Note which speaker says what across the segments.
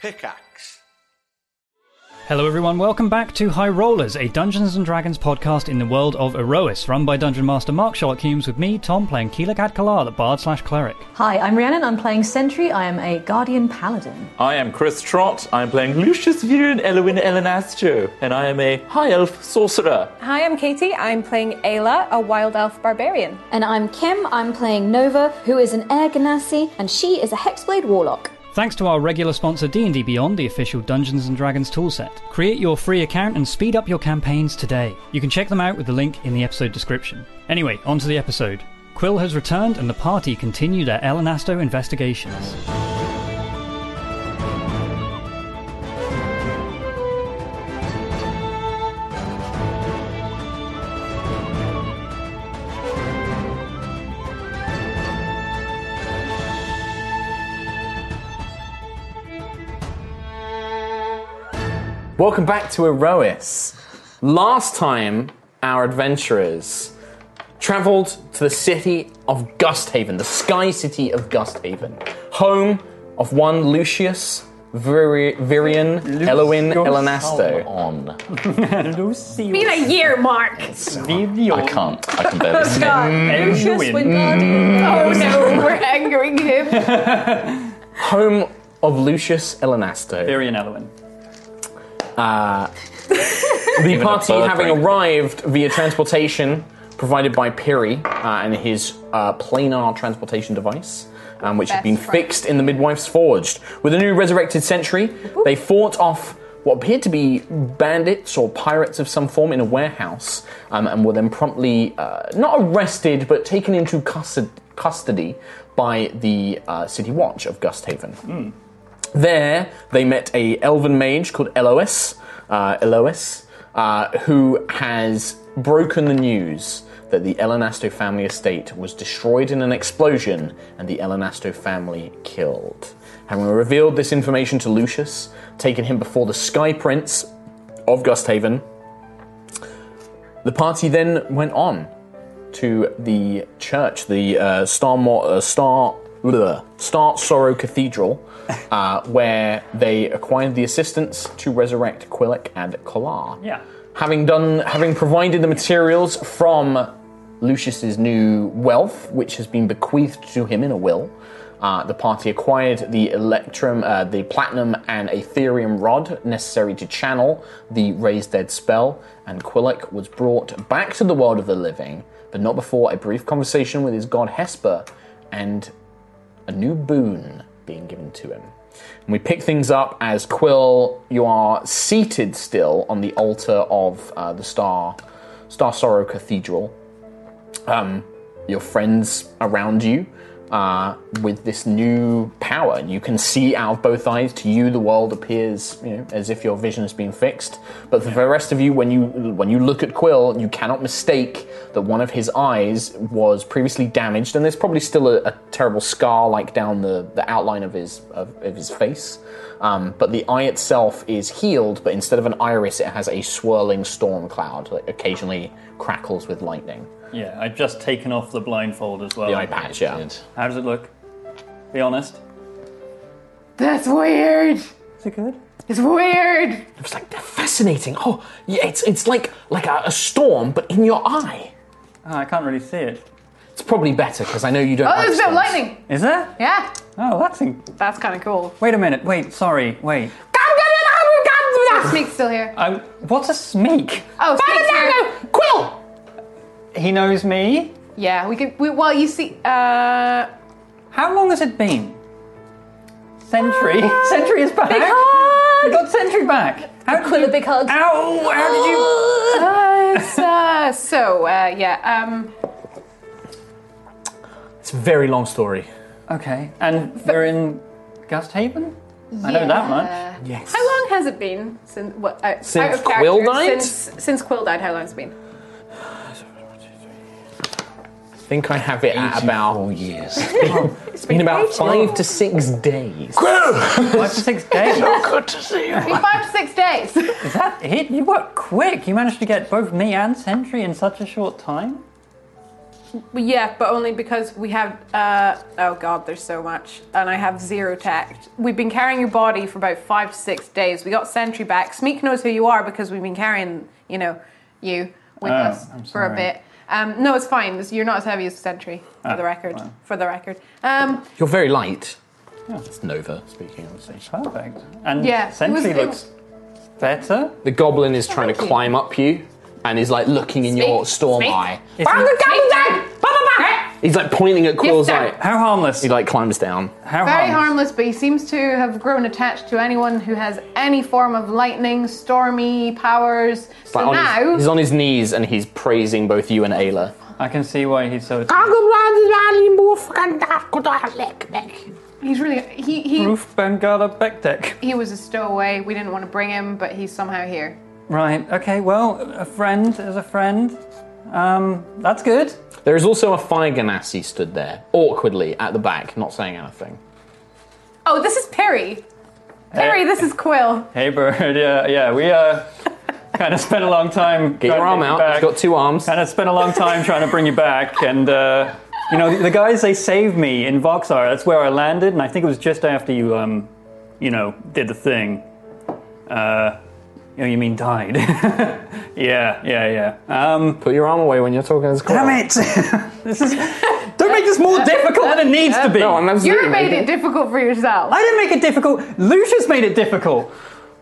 Speaker 1: Pickaxe.
Speaker 2: Hello, everyone. Welcome back to High Rollers, a Dungeons and Dragons podcast in the world of Erois, run by Dungeon Master Mark Sherlock Humes, with me, Tom, playing Keela Kalal, the bard slash cleric.
Speaker 3: Hi, I'm Rhiannon. I'm playing Sentry. I am a Guardian Paladin.
Speaker 4: I am Chris Trott. I'm playing Lucius Viren Elwin Elenastro, and I am a high elf sorcerer.
Speaker 5: Hi, I'm Katie. I'm playing Ayla, a wild elf barbarian.
Speaker 6: And I'm Kim. I'm playing Nova, who is an Air Ganassi, and she is a Hexblade Warlock.
Speaker 2: Thanks to our regular sponsor D&D Beyond, the official Dungeons & Dragons toolset. Create your free account and speed up your campaigns today. You can check them out with the link in the episode description. Anyway, on to the episode. Quill has returned and the party continue their Elanasto investigations.
Speaker 7: Welcome back to Erois. Last time, our adventurers traveled to the city of Gusthaven, the sky city of Gusthaven, home of one Lucius Viri- Virian Elowin Elanasto.
Speaker 4: On.
Speaker 5: Been a year, Mark.
Speaker 4: I can't. I can barely see.
Speaker 7: Mm.
Speaker 5: Oh no, we're angering him.
Speaker 7: Home of Lucius Elanasto.
Speaker 2: Tyrion Elwin.
Speaker 7: The party
Speaker 4: bird
Speaker 7: having
Speaker 4: brain.
Speaker 7: arrived via transportation provided by Piri uh, and his uh, planar transportation device, um, which had
Speaker 5: Best
Speaker 7: been
Speaker 5: friend.
Speaker 7: fixed in the Midwife's Forged. With a new resurrected sentry, they fought off what appeared to be bandits or pirates of some form in a warehouse um, and were then promptly uh, not arrested but taken into custod- custody by the uh, City Watch of Gusthaven. There, they met a elven mage called Elois, uh, Elois, uh, who has broken the news that the Elanasto family estate was destroyed in an explosion and the Elanasto family killed. Having revealed this information to Lucius, taken him before the Sky Prince of Gusthaven, the party then went on to the church, the uh, Star Mo- uh, Star bleh, Star Sorrow Cathedral, uh, where they acquired the assistance to resurrect Quillic and Kolar.
Speaker 2: Yeah.
Speaker 7: Having done, having provided the materials from Lucius's new wealth, which has been bequeathed to him in a will. Uh, the party acquired the electrum, uh, the platinum, and aetherium rod necessary to channel the raised dead spell, and Quillic was brought back to the world of the living, but not before a brief conversation with his god Hesper and a new boon being given to him. And we pick things up as Quill, you are seated still on the altar of uh, the Star Star Sorrow Cathedral, um, your friends around you uh, with this new power. And you can see out of both eyes. To you, the world appears you know, as if your vision has been fixed. But for the rest of you, when you when you look at Quill, you cannot mistake that one of his eyes was previously damaged, and there's probably still a, a terrible scar like down the, the outline of his of, of his face. Um, but the eye itself is healed, but instead of an iris, it has a swirling storm cloud that occasionally crackles with lightning.
Speaker 8: Yeah, I've just taken off the blindfold as well.
Speaker 7: The eye patch, yeah.
Speaker 8: How does it look? Be honest.
Speaker 7: That's weird.
Speaker 8: Is it good?
Speaker 7: It's weird. It was like they're fascinating. Oh, yeah, it's it's like like a, a storm, but in your eye.
Speaker 8: Oh, I can't really see it.
Speaker 7: It's probably better because I know you don't.
Speaker 5: Oh,
Speaker 7: like
Speaker 5: there's no
Speaker 7: storms.
Speaker 5: lightning.
Speaker 8: Is there?
Speaker 5: Yeah,
Speaker 8: Oh, that's. In-
Speaker 5: that's kind of cool.
Speaker 8: wait a minute. Wait. Sorry. Wait.
Speaker 5: Smeek's still here.
Speaker 2: Uh,
Speaker 8: I. What's a sneak?
Speaker 5: Oh, Smeek's here.
Speaker 7: Quill.
Speaker 8: He knows me.
Speaker 5: Yeah, we can. We, well, you see, uh,
Speaker 8: How long has it been? Century.
Speaker 5: Ah.
Speaker 8: Century is back.
Speaker 5: big hug.
Speaker 8: You got Century back. How did
Speaker 3: Quill,
Speaker 8: you-
Speaker 3: a big hug.
Speaker 8: Ow! How did you?
Speaker 5: Nice. Uh, so, uh, yeah, um,
Speaker 7: It's a very long story.
Speaker 5: Ah.
Speaker 8: Okay. And we're in Gusthaven. I know that much.
Speaker 7: Yes.
Speaker 5: how long has it been since what? Uh,
Speaker 7: Since
Speaker 5: out of character,
Speaker 7: Quill died?
Speaker 5: Since, since Quill died, how long has it been?
Speaker 7: I think I have it at about
Speaker 4: years.
Speaker 7: it's been about five to six days.
Speaker 8: Five to six days.
Speaker 4: Good to see you.
Speaker 5: Been five to six days.
Speaker 8: Is that it? You worked quick. You managed to get both me and Sentry in such a short time.
Speaker 5: But yeah, but only because we have. Uh, oh god, there's so much, and I have zero tact. We've been carrying your body for about five to six days. We got Sentry back. Smeek knows who you are because we've been carrying, you know, you with
Speaker 2: Oh,
Speaker 5: us
Speaker 2: I'm
Speaker 5: for a
Speaker 2: sorry.
Speaker 5: bit. Um, no, it's fine. It's- You're not as heavy as Sentry, for
Speaker 2: Oh,
Speaker 5: the record.
Speaker 2: well.
Speaker 5: For the record. Um,
Speaker 7: You're very light.
Speaker 2: Yeah.
Speaker 7: It's Nova speaking, obviously.
Speaker 2: Perfect. And
Speaker 5: Yeah, it was-
Speaker 2: Sentry
Speaker 5: it-
Speaker 2: looks better.
Speaker 7: The goblin is trying to
Speaker 5: Thank you.
Speaker 7: climb up you and is like looking in your
Speaker 5: Speak.
Speaker 7: storm
Speaker 5: Speak.
Speaker 7: eye.
Speaker 5: Bang the gavel down! Bang, bang, bang!
Speaker 7: He's like pointing at Quill's
Speaker 5: sir.
Speaker 7: eye.
Speaker 2: How harmless?
Speaker 7: He like climbs down.
Speaker 2: How
Speaker 5: Very harmless, but he seems to have grown attached to anyone who has any form of lightning, stormy powers.
Speaker 7: It's like
Speaker 5: so
Speaker 7: on his-
Speaker 5: now,
Speaker 7: he's on his knees and he's praising both you and Ayla.
Speaker 2: I can see why he's so.
Speaker 9: Ah!
Speaker 5: He's really he he
Speaker 2: Roof Bengala Bektek.
Speaker 5: he was a stowaway. We didn't want to bring him, but he's somehow here.
Speaker 2: Right. Okay. Well, a friend is a friend. Um, that's good.
Speaker 7: There is also a fire ganassi stood there, awkwardly at the back, not saying anything.
Speaker 5: Oh, this is Perry. Perry, this is Quill.
Speaker 2: Hey, bird. Yeah, yeah. We uh, kind of spent a long time.
Speaker 7: Get your arm out. He's got two arms.
Speaker 2: And I spent a long time trying to bring you back. And uh, you know, the, the guys they saved me in Voxar. That's where I landed, and I think it was just after you, um, you know, did the thing. Uh, you know, you mean died? yeah, yeah, yeah. Um,
Speaker 7: Put your arm away when you're talking. As
Speaker 2: Damn it! this is. Don't make this more difficult than it needs to be.
Speaker 7: No, I'm absolutely
Speaker 5: You made it difficult for yourself.
Speaker 2: I didn't make it difficult. Lucius made it difficult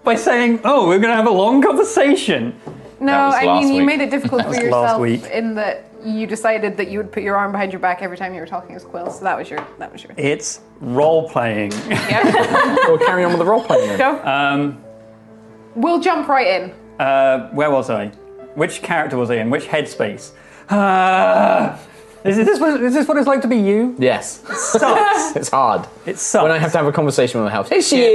Speaker 2: by saying, "Oh, we're going to have a long conversation."
Speaker 5: No,
Speaker 4: That was
Speaker 5: I
Speaker 4: last
Speaker 5: mean you
Speaker 4: week.
Speaker 5: made it difficult for
Speaker 2: was last
Speaker 5: yourself
Speaker 2: week.
Speaker 5: in that you decided that you would put your arm behind your back every time you were talking as Quill. So that was your that was your.
Speaker 2: It's role playing.
Speaker 7: We'll carry on with the role playing then.
Speaker 2: um,
Speaker 5: We'll jump right in.
Speaker 2: uh, where was I? Which character was I in? Which headspace? Ah, is, this what, is this what it's like to be you?
Speaker 7: Yes.
Speaker 2: Sucks.
Speaker 7: It's hard.
Speaker 2: it sucks.
Speaker 7: When I have to have a conversation with my house. Hey, she
Speaker 2: It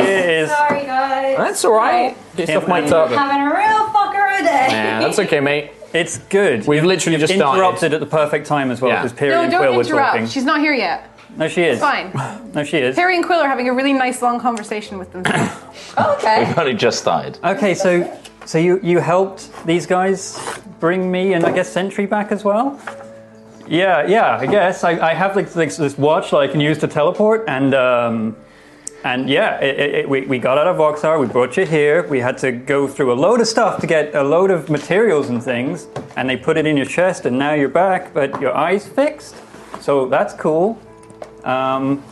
Speaker 7: is.
Speaker 2: is.
Speaker 9: Sorry, guys.
Speaker 7: That's all right. Get
Speaker 2: Can't
Speaker 7: stuff mic'd
Speaker 2: believe
Speaker 7: up.
Speaker 9: I'm having a real fucker of a day.
Speaker 7: Yeah, that's okay, mate.
Speaker 2: It's good.
Speaker 7: We've literally just started.
Speaker 2: interrupted at the perfect time as well
Speaker 7: Yeah.
Speaker 2: because Perry
Speaker 5: No,
Speaker 2: and
Speaker 5: don't
Speaker 2: Quill were
Speaker 5: interrupt.
Speaker 2: talking.
Speaker 5: She's not here yet.
Speaker 2: No, she is.
Speaker 5: Fine.
Speaker 2: No, she is.
Speaker 5: Perry and Quill are having a really nice long conversation with themselves.
Speaker 9: Okay.
Speaker 4: We've only just died.
Speaker 2: Okay, so so you you helped these guys bring me and I guess Sentry back as well. Yeah, yeah, I guess I, I have like this, this watch that I can use to teleport, and um, and yeah, it, it, it, we we got out of Voxar, we brought you here, we had to go through a load of stuff to get a load of materials and things, and they put it in your chest, and now you're back, but your eyes fixed, so that's cool. Um,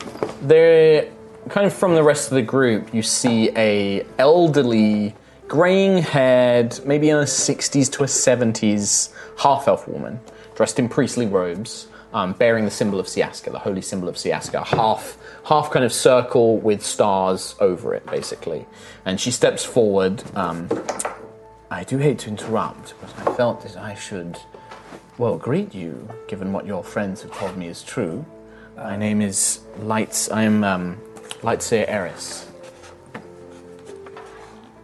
Speaker 7: There, kind of from the rest of the group, you see a elderly, graying-haired, maybe in her 60s to her 70s, half-elf woman dressed in priestly robes, um, bearing the symbol of Siaska, the holy symbol of Siaska, half half kind of circle with stars over it, basically. And she steps forward. Um, I do hate to interrupt, but I felt that I should, well, greet you, given what your friends have told me is true. My name is Lights. I am um, Lightseer Eris.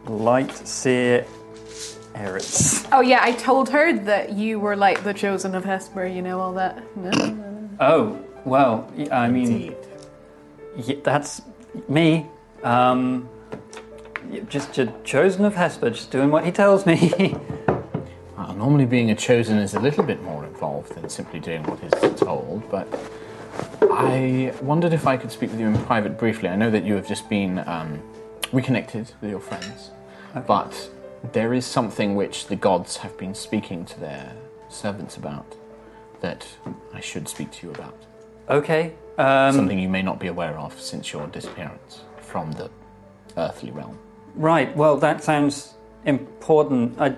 Speaker 2: light seer, Eris.
Speaker 5: Oh yeah, I told her that you were like the chosen of Hesper, you know all that. No.
Speaker 2: Oh, well, y- I mean, y
Speaker 7: Indeed.
Speaker 2: that's me. Um, y- just ch- chosen of Hesper, just doing what he tells me.
Speaker 7: Uh, normally, being a chosen is a little bit more involved than simply doing what is told, but I wondered if I could speak with you in private briefly. I know that you have just been um, reconnected with your friends, but there is something which the gods have been speaking to their servants about that I should speak to you about.
Speaker 2: okay. Um,
Speaker 7: Something you may not be aware of since your disappearance from the earthly realm.
Speaker 2: right, well, that sounds important. I'd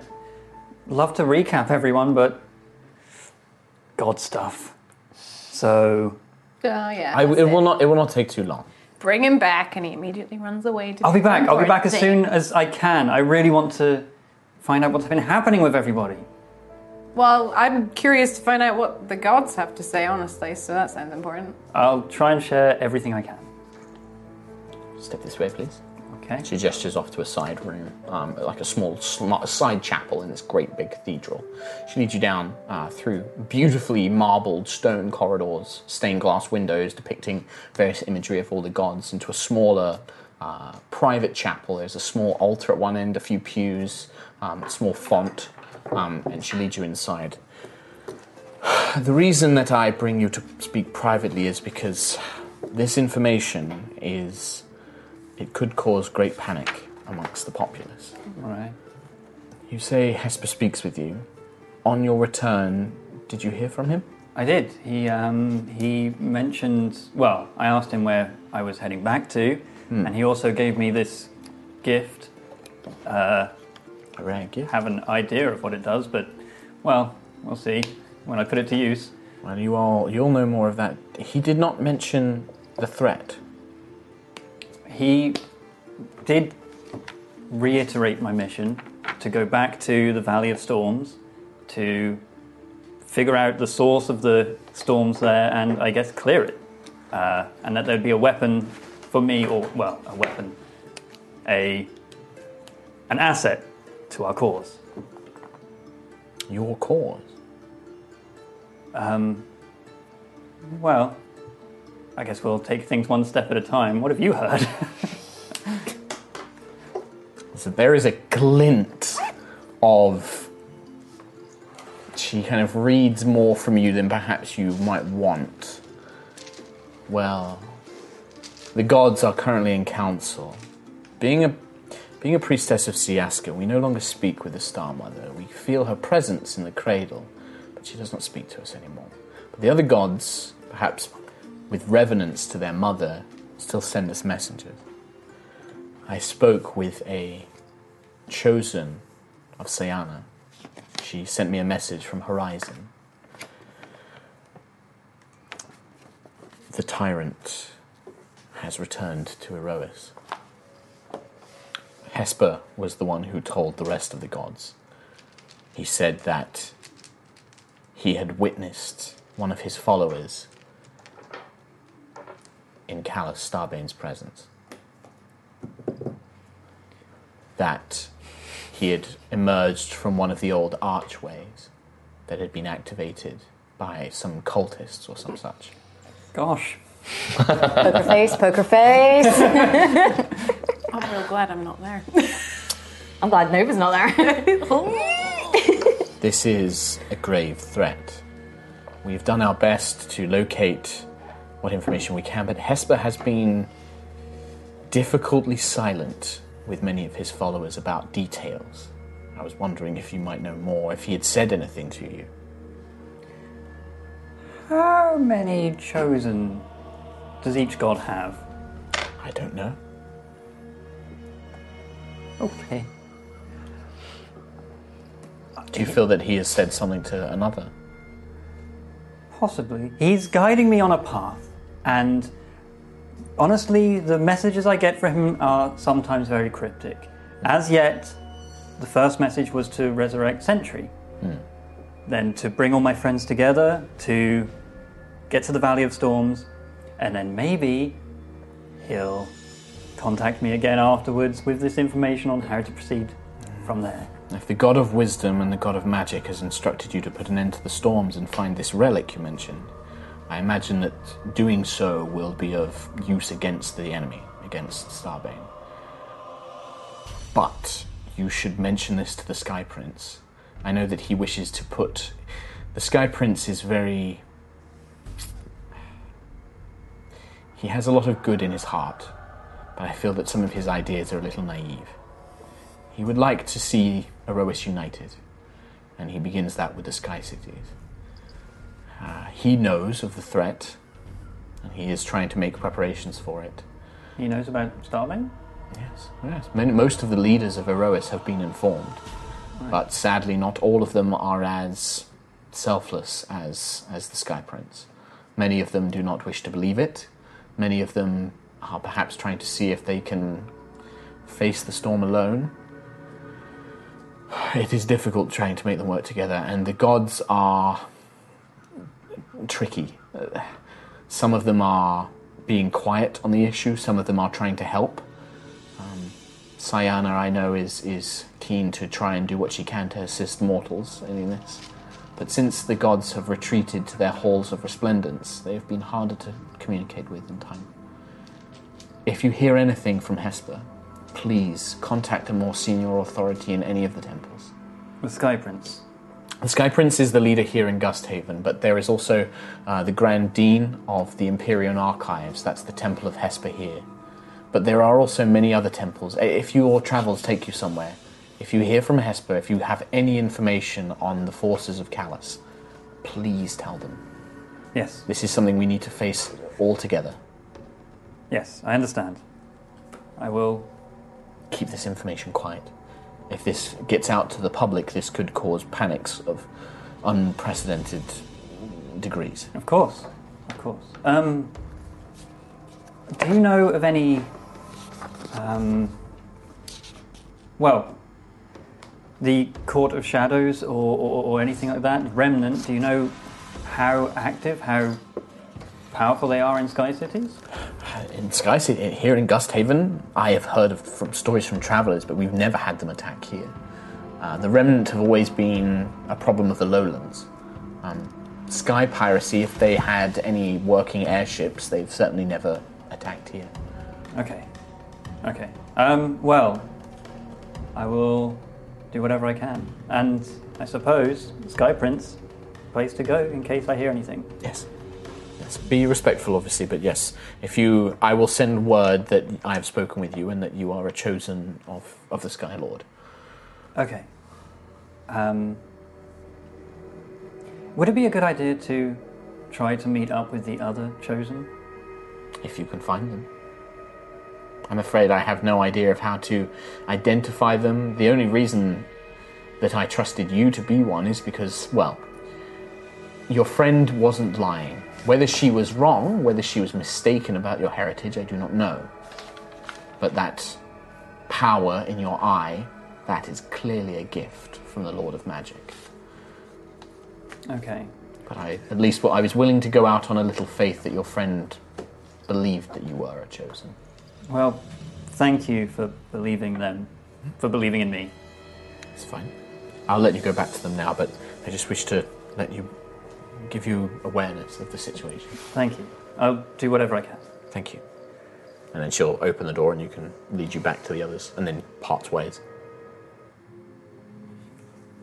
Speaker 2: love to recap everyone, but God stuff. So,
Speaker 5: Oh yeah.
Speaker 7: I,
Speaker 5: that's
Speaker 7: it will not. It will not take too long.
Speaker 5: Bring him back, and he immediately runs away. To
Speaker 2: I'll be back. I'll be back as
Speaker 5: thing.
Speaker 2: soon as I can. I really want to find out what's been happening with everybody.
Speaker 5: Well, I'm curious to find out what the gods have to say, honestly. So that sounds important.
Speaker 2: I'll try and share everything I can.
Speaker 7: Step this way, please.
Speaker 2: Okay.
Speaker 7: She gestures off to a side room, um, like a small sl- side chapel in this great big cathedral. She leads you down uh, through beautifully marbled stone corridors, stained glass windows depicting various imagery of all the gods, into a smaller uh, private chapel. There's a small altar at one end, a few pews, um, a small font, um, and she leads you inside. The reason that I bring you to speak privately is because this information is. It could cause great panic amongst the populace.
Speaker 2: All right.
Speaker 7: You say Hesper speaks with you. On your return, did you hear from him?
Speaker 2: I did. He um, he mentioned. Well, I asked him where I was heading back to, and he also gave me this gift.
Speaker 7: A rare gift.
Speaker 2: Have an idea of what it does, but well, we'll see when I put it to use.
Speaker 7: Well, you all you'll know more of that. He did not mention the threat.
Speaker 2: He did reiterate my mission to go back to the Valley of Storms to figure out the source of the storms there and I guess clear it. Uh, and that there'd be a weapon for me, or, well, a weapon, a, an asset to our cause.
Speaker 7: Your cause.
Speaker 2: Well, I guess we'll take things one step at a time. What have you heard?
Speaker 7: So there is a glint of. She kind of reads more from you than perhaps you might want. Well, the gods are currently in council. Being a being a priestess of Siaska, we no longer speak with the Star Mother. We feel her presence in the cradle, but she does not speak to us anymore. But the other gods, perhaps with reverence to their mother, still send us messengers. I spoke with a chosen of Sayana. She sent me a message from Horizon. The tyrant has returned to Erois. Hesper was the one who told the rest of the gods. He said that he had witnessed one of his followers in Callus Starbane's presence that he had emerged from one of the old archways that had been activated by some cultists or some such.
Speaker 2: Gosh.
Speaker 6: Poker face, poker face.
Speaker 5: I'm real glad I'm not there.
Speaker 6: I'm glad Nova's not there.
Speaker 7: This is a grave threat. We've done our best to locate what information we can, but Hesper has been difficultly silent with many of his followers about details. I was wondering if you might know more, if he had said anything to you.
Speaker 2: How many chosen does each god have?
Speaker 7: I don't know.
Speaker 2: Okay.
Speaker 7: Do you feel that he has said something to another?
Speaker 2: Possibly. He's guiding me on a path, and honestly, the messages I get from him are sometimes very cryptic. As yet, the first message was to resurrect Sentry, then to bring all my friends together, to get to the Valley of Storms, and then maybe he'll contact me again afterwards with this information on how to proceed from there.
Speaker 7: If the god of wisdom and the god of magic has instructed you to put an end to the storms and find this relic you mentioned, I imagine that doing so will be of use against the enemy, against Starbane. But you should mention this to the Sky Prince. I know that he wishes to put. The Sky Prince is very. He has a lot of good in his heart, but I feel that some of his ideas are a little naive. He would like to see Erois united, and he begins that with the Sky Cities. Uh, he knows of the threat, and he is trying to make preparations for it.
Speaker 2: He knows about Starving?
Speaker 7: Yes, yes. Many, most of the leaders of Erois have been informed, but sadly, not all of them are as selfless as as the Sky Prince. Many of them do not wish to believe it. Many of them are perhaps trying to see if they can face the storm alone. It is difficult trying to make them work together, and the gods are tricky. Uh, Some of them are being quiet on the issue. Some of them are trying to help. Um, Sayana, I know, is is keen to try and do what she can to assist mortals in this. But since the gods have retreated to their halls of resplendence, they have been harder to communicate with in time. If you hear anything from Hesper, please contact a more senior authority in any of the temples.
Speaker 2: The Sky Prince.
Speaker 7: The Sky Prince is the leader here in Gusthaven, but there is also uh, the Grand Dean of the Imperial Archives. That's the Temple of Hesper here. But there are also many other temples. I- If your travels take you somewhere, if you hear from Hesper, if you have any information on the forces of Callus, please tell them.
Speaker 2: Yes,
Speaker 7: This is something we need to face all together.
Speaker 2: yes, I understand. I will.
Speaker 7: keep this information quiet. If this gets out to the public, this could cause panics of unprecedented degrees.
Speaker 2: Of course, of course. Um, do you know of any? Um, well, the Court of Shadows or, or, or anything like that, Remnant. Do you know how active, how powerful they are in Sky Cities?
Speaker 7: In Sky City, here in Gusthaven, I have heard of from stories from travelers, but we've never had them attack here. Uh, the remnant have always been a problem of the lowlands. Um, sky piracy, if they had any working airships, they've certainly never attacked here.
Speaker 2: Okay. Okay. Um, well, I will do whatever I can. And I suppose Sky Prince, place to go in case I hear anything.
Speaker 7: Yes. Yes. Be respectful, obviously, but yes. If you, I will send word that I have spoken with you and that you are a chosen of, of the Sky Lord.
Speaker 2: Okay. Um, would it be a good idea to try to meet up with the other chosen?
Speaker 7: If you can find them. I'm afraid I have no idea of how to identify them. The only reason that I trusted you to be one is because, well, your friend wasn't lying. Whether she was wrong, whether she was mistaken about your heritage, I do not know. But that power in your eye, that is clearly a gift from the Lord of Magic.
Speaker 2: Okay.
Speaker 7: But I, at least, what I was willing to go out on a little faith that your friend believed that you were a chosen.
Speaker 2: Well, thank you for believing them, for believing in me.
Speaker 7: It's fine. I'll let you go back to them now, but I just wish to let you give you awareness of the situation.
Speaker 2: Thank you. I'll do whatever I can.
Speaker 7: Thank you. And then she'll open the door and you can lead you back to the others and then part ways.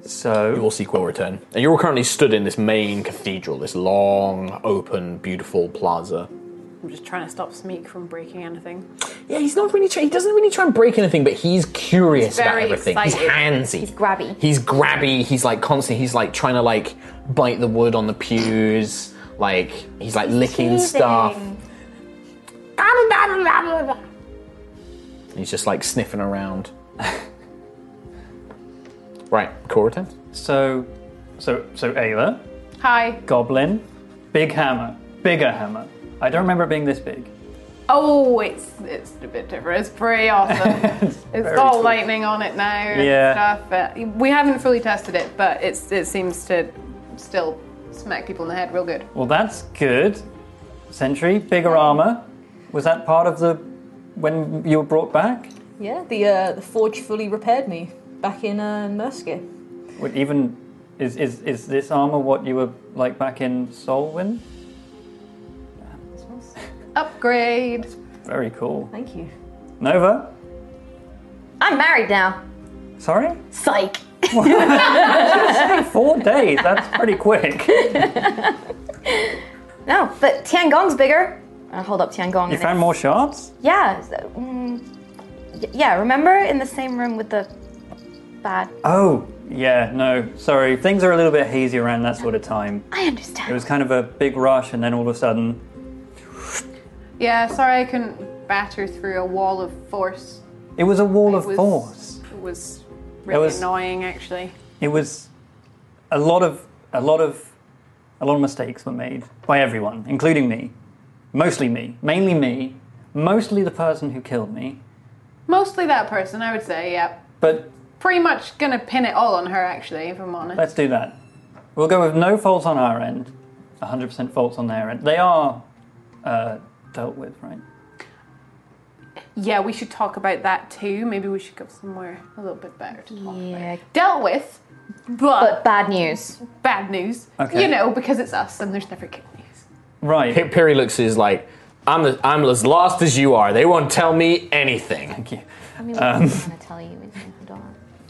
Speaker 7: You
Speaker 2: So,
Speaker 7: all seek will return. And you're all currently stood in this main cathedral, this long, open, beautiful plaza.
Speaker 5: I'm just trying to stop Smeek from breaking anything.
Speaker 7: Yeah, he's not really. Try- he doesn't really try and break anything, but he's curious
Speaker 5: He's
Speaker 7: about
Speaker 5: very
Speaker 7: everything. He's
Speaker 5: excited.
Speaker 7: handsy.
Speaker 10: He's grabby.
Speaker 7: He's grabby. He's like constantly. He's like trying to like bite the wood on the pews. Like he's like licking stuff. He's just like sniffing around. right, core returns.
Speaker 2: so, so, so, Ayla.
Speaker 5: Hi.
Speaker 2: goblin, big hammer, bigger hammer. I don't remember it being this big.
Speaker 5: Oh, it's it's a bit different. It's pretty awesome. It's
Speaker 2: Very
Speaker 5: got
Speaker 2: cool.
Speaker 5: lightning on it now and
Speaker 2: Yeah.
Speaker 5: stuff. Uh, we haven't fully tested it, but it's it seems to still smack people in the head real good.
Speaker 2: Well, that's good. Sentry, bigger armor. Was that part of the when you were brought back?
Speaker 6: Yeah, the uh, the forge fully repaired me back in uh, Merskir.
Speaker 2: Would even is, is is this armor what you were like back in Solwyn?
Speaker 5: Upgrade.
Speaker 2: Very cool.
Speaker 6: Thank you.
Speaker 2: Nova,
Speaker 9: I'm married now.
Speaker 2: sorry,
Speaker 9: Psych.
Speaker 2: four days. That's pretty quick.
Speaker 9: No, but Tiangong's bigger. I hold up Tiangong.
Speaker 2: You
Speaker 9: and
Speaker 2: found
Speaker 9: it's-
Speaker 2: more shards.
Speaker 9: Yeah. so, mm, y- yeah. Remember in the same room with the bad.
Speaker 2: Oh, yeah. No, sorry. Things are a little bit hazy around that sort of time.
Speaker 9: I understand.
Speaker 2: It was kind of a big rush, and then all of a sudden,
Speaker 5: Yeah, sorry I couldn't batter through a wall of force.
Speaker 2: it was a wall
Speaker 5: It
Speaker 2: of
Speaker 5: was-
Speaker 2: force.
Speaker 5: It was really
Speaker 2: was-
Speaker 5: annoying actually.
Speaker 2: it was a lot of a lot of a lot of mistakes were made by everyone, including me, mostly me, mainly me, mostly the person who killed me.
Speaker 5: Mostly that person, I would say, yeah.
Speaker 2: But
Speaker 5: Pretty much gonna pin it all on her actually, if I'm honest.
Speaker 2: let's do that. We'll go with no faults on our end, 100% faults on their end. They are uh, dealt with, right?
Speaker 5: Yeah, we should talk about that too. Maybe we should go somewhere a little bit better to talk
Speaker 9: Yeah.
Speaker 5: about. Dealt with,
Speaker 9: But
Speaker 5: but,
Speaker 9: bad news.
Speaker 5: bad news.
Speaker 2: Okay.
Speaker 5: You know, because it's us and there's never good news.
Speaker 2: Right.
Speaker 7: Perry looks is like, I'm the, I'm as lost as you are. They won't tell me anything.
Speaker 2: Thank you. Um.
Speaker 9: I mean, what I'm gonna tell you is you don't.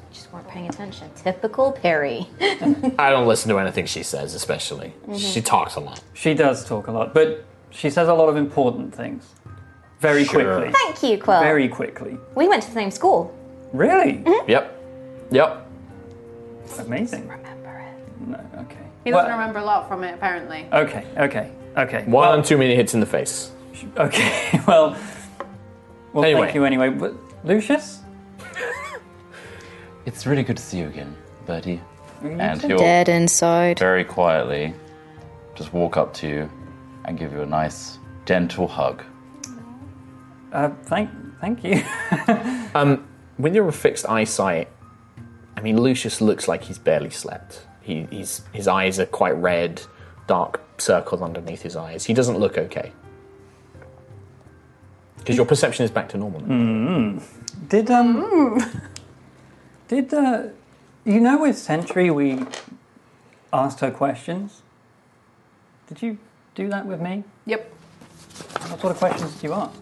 Speaker 9: You just weren't paying attention. Typical Perry.
Speaker 10: I don't listen to anything she says, especially.
Speaker 4: Mm-hmm.
Speaker 10: She talks a lot.
Speaker 2: She does talk a lot, but she says a lot of important things. Very
Speaker 10: Sure.
Speaker 2: quickly.
Speaker 9: Thank you, Quill.
Speaker 2: Very quickly.
Speaker 9: We went to the same school.
Speaker 2: Really?
Speaker 10: Yep. Yep.
Speaker 2: Amazing.
Speaker 9: Remember it.
Speaker 2: No, okay.
Speaker 5: He doesn't
Speaker 2: Well, uh,
Speaker 5: remember a lot from it, apparently.
Speaker 2: Okay, okay, okay.
Speaker 10: One too many hits in the face.
Speaker 2: Okay, well. Well,
Speaker 10: Anyway.
Speaker 2: thank you anyway. But, Lucius?
Speaker 4: It's really good to see you again, Bertie.
Speaker 2: You
Speaker 4: And
Speaker 2: too.
Speaker 4: he'll
Speaker 11: Dead inside.
Speaker 4: very quietly just walk up to you and give you a nice, gentle hug.
Speaker 2: Uh, thank, thank you.
Speaker 10: Um, when you're a fixed eyesight, I mean, Lucius looks like he's barely slept. He, he's, his eyes are quite red, dark circles underneath his eyes. He doesn't look okay. Because your perception is back to normal.
Speaker 4: Mm.
Speaker 10: now.
Speaker 2: Did um did uh you know with Sentry we asked her questions? Did you do that with me?
Speaker 5: Yep,
Speaker 2: What sort of questions did you ask?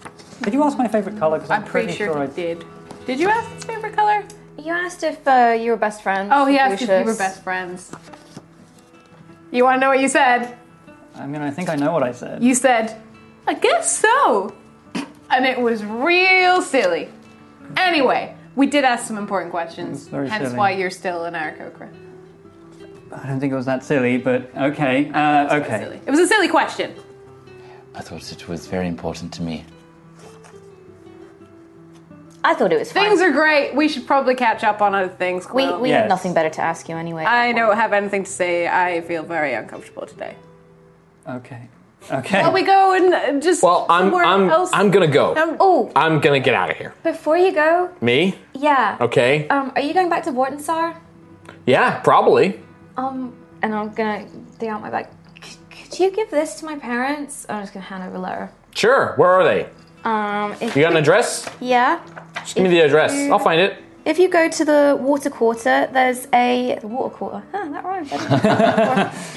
Speaker 2: Did you ask my favourite colour? Because
Speaker 5: I'm pretty sure
Speaker 2: I
Speaker 5: he did. Did you ask his favorite color?
Speaker 9: You asked if uh, you were best friends.
Speaker 5: Oh, he asked
Speaker 9: Lucius.
Speaker 5: if you were best friends. You want to know what you said?
Speaker 2: I mean, I think I know what I said.
Speaker 5: You said, I guess so. And it was real silly. Anyway, we did ask some important questions,
Speaker 2: It's very
Speaker 5: hence
Speaker 2: silly.
Speaker 5: why you're still an Aarakocra.
Speaker 2: I don't think it was that silly, but okay, uh,
Speaker 5: Silly.
Speaker 2: okay.
Speaker 5: It was a silly question.
Speaker 4: I thought it was very important to me.
Speaker 9: I thought it was fine.
Speaker 5: Things are great. We should probably catch up on other things.
Speaker 9: we
Speaker 5: Quill.
Speaker 9: we
Speaker 2: Yes.
Speaker 9: had nothing better to ask you anyway.
Speaker 5: I don't have anything to say. I feel very uncomfortable today.
Speaker 2: Okay. Okay.
Speaker 5: Shall we go and uh, just
Speaker 10: Well, I'm,
Speaker 5: somewhere
Speaker 10: I'm,
Speaker 5: else?
Speaker 10: I'm going to go.
Speaker 5: Um,
Speaker 9: Oh,
Speaker 10: I'm going to get out of here.
Speaker 9: before you go,
Speaker 10: Me?
Speaker 9: yeah.
Speaker 10: Okay.
Speaker 9: Um, are you going back to Vortensar?
Speaker 10: Yeah, probably.
Speaker 9: Um, and I'm gonna dig out my bag. C- Could you give this to my parents? I'm just gonna hand over a letter.
Speaker 10: Sure. Where are they?
Speaker 9: Um, if
Speaker 10: You got an address?
Speaker 9: yeah.
Speaker 10: Just give me the address. I'll find it.
Speaker 9: If you go to the water quarter, there's a the water quarter. Huh, that rhymes.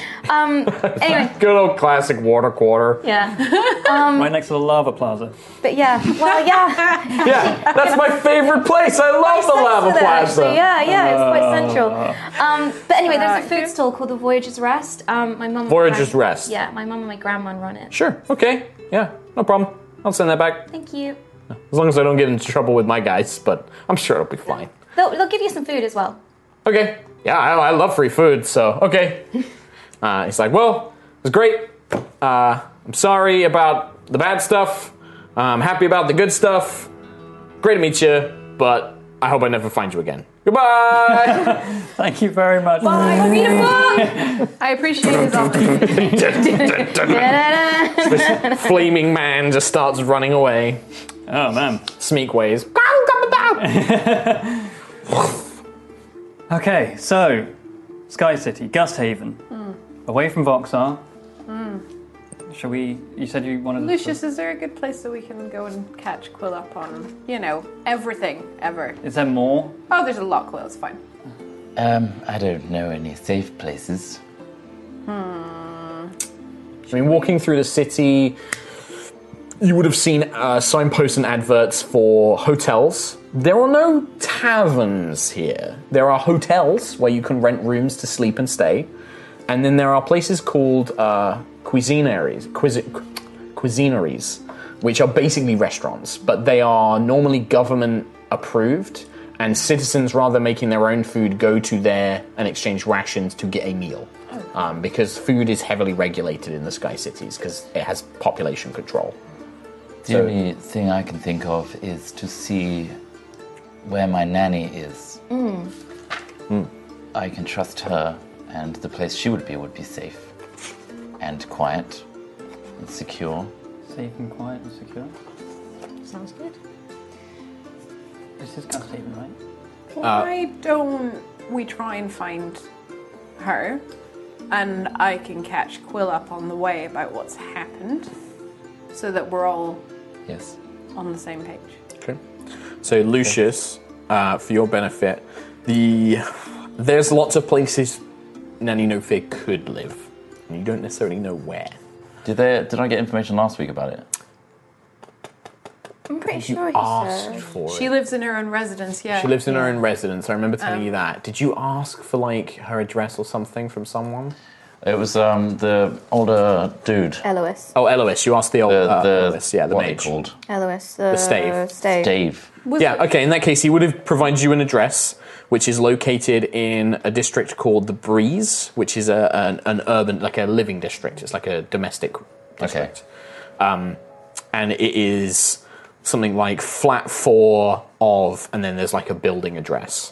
Speaker 9: um. Anyway,
Speaker 10: Good old classic water quarter.
Speaker 9: yeah.
Speaker 2: Right next to the lava plaza.
Speaker 9: But yeah. Well, yeah.
Speaker 10: Yeah, that's my favorite place. I love the lava
Speaker 9: Next to that,
Speaker 10: plaza.
Speaker 9: actually. Yeah, yeah. It's quite
Speaker 2: Uh,
Speaker 9: central. Um. But anyway, there's a
Speaker 5: Alright,
Speaker 9: food
Speaker 5: good.
Speaker 9: stall called the Voyager's Rest. Um. My mum. and my
Speaker 10: Voyager's
Speaker 9: gran-
Speaker 10: Rest.
Speaker 9: Yeah. My mum and my grandma run it.
Speaker 10: Sure. Okay. Yeah. No problem. I'll send that back
Speaker 9: Thank you.
Speaker 10: as long as I don't get into trouble with my guys. But I'm sure it'll be fine.
Speaker 9: They'll they'll give you some food as well.
Speaker 10: Okay. Yeah, I, I love free food. So okay. Uh, he's like, well, it was great. Uh, I'm sorry about the bad stuff. Uh, I'm happy about the good stuff. Great to meet you, but I hope I never find you again. Goodbye.
Speaker 2: Thank you very much.
Speaker 5: I appreciate his offer.
Speaker 10: this flaming man just starts running away.
Speaker 2: Oh man.
Speaker 10: Sneak ways.
Speaker 2: Okay, so Sky City, Gust Haven, away from Voxar. Shall we? You said you wanted.
Speaker 5: Lucius, is there a good place that we can go and catch Quill up on, you know, everything ever?
Speaker 2: Is there more?
Speaker 5: Oh, there's a lot, Quill, it's fine.
Speaker 4: Um, I don't know any safe places.
Speaker 10: I mean, walking through the city, you would have seen uh, signposts and adverts for hotels. There are no taverns here. There are hotels where you can rent rooms to sleep and stay, and then there are places called uh, cuisinaries, cuisi- cuisinaries, which are basically restaurants, but they are normally government approved. And citizens, rather than making their own food, go to there and exchange rations to get a meal um, because food is heavily regulated in the Sky Cities because it has population control.
Speaker 4: The only thing I can think of is to see where my nanny is.
Speaker 7: Hmm.
Speaker 4: I can trust her, and the place she would be would be safe and quiet and secure.
Speaker 2: Safe and quiet and secure.
Speaker 9: Sounds good.
Speaker 2: This is Gust Haven, right?
Speaker 7: Uh,
Speaker 5: Why don't we try and find her? And I can catch Quill up on the way about what's happened so that we're all
Speaker 4: Yes.
Speaker 5: on the same page.
Speaker 10: Okay. So Lucius, uh, for your benefit, the there's lots of places Nanny No Fear could live, and you don't necessarily know where.
Speaker 4: Did they? Did I get information last week about it?
Speaker 9: I'm pretty
Speaker 10: pretty
Speaker 7: you
Speaker 10: sure he
Speaker 7: asked
Speaker 10: said.
Speaker 7: for
Speaker 5: She
Speaker 7: it.
Speaker 5: lives in her own residence, yeah.
Speaker 7: she lives in her own residence. I remember telling
Speaker 5: Um,
Speaker 7: you that. Did you ask for like her address or something from someone?
Speaker 4: It was um, the older dude.
Speaker 10: Elois.
Speaker 7: Oh, Elois. You asked the old uh, Elois. Yeah, the
Speaker 4: what
Speaker 7: mage.
Speaker 4: they called
Speaker 10: Elois.
Speaker 9: uh,
Speaker 7: The stave.
Speaker 10: Stave.
Speaker 7: yeah. Okay. In that case, he would have provided you an address, which is located in a district called the Breeze, which is a an, an urban, like a living district. It's like a domestic district, um, and it is something like flat four of, and then there's like a building address.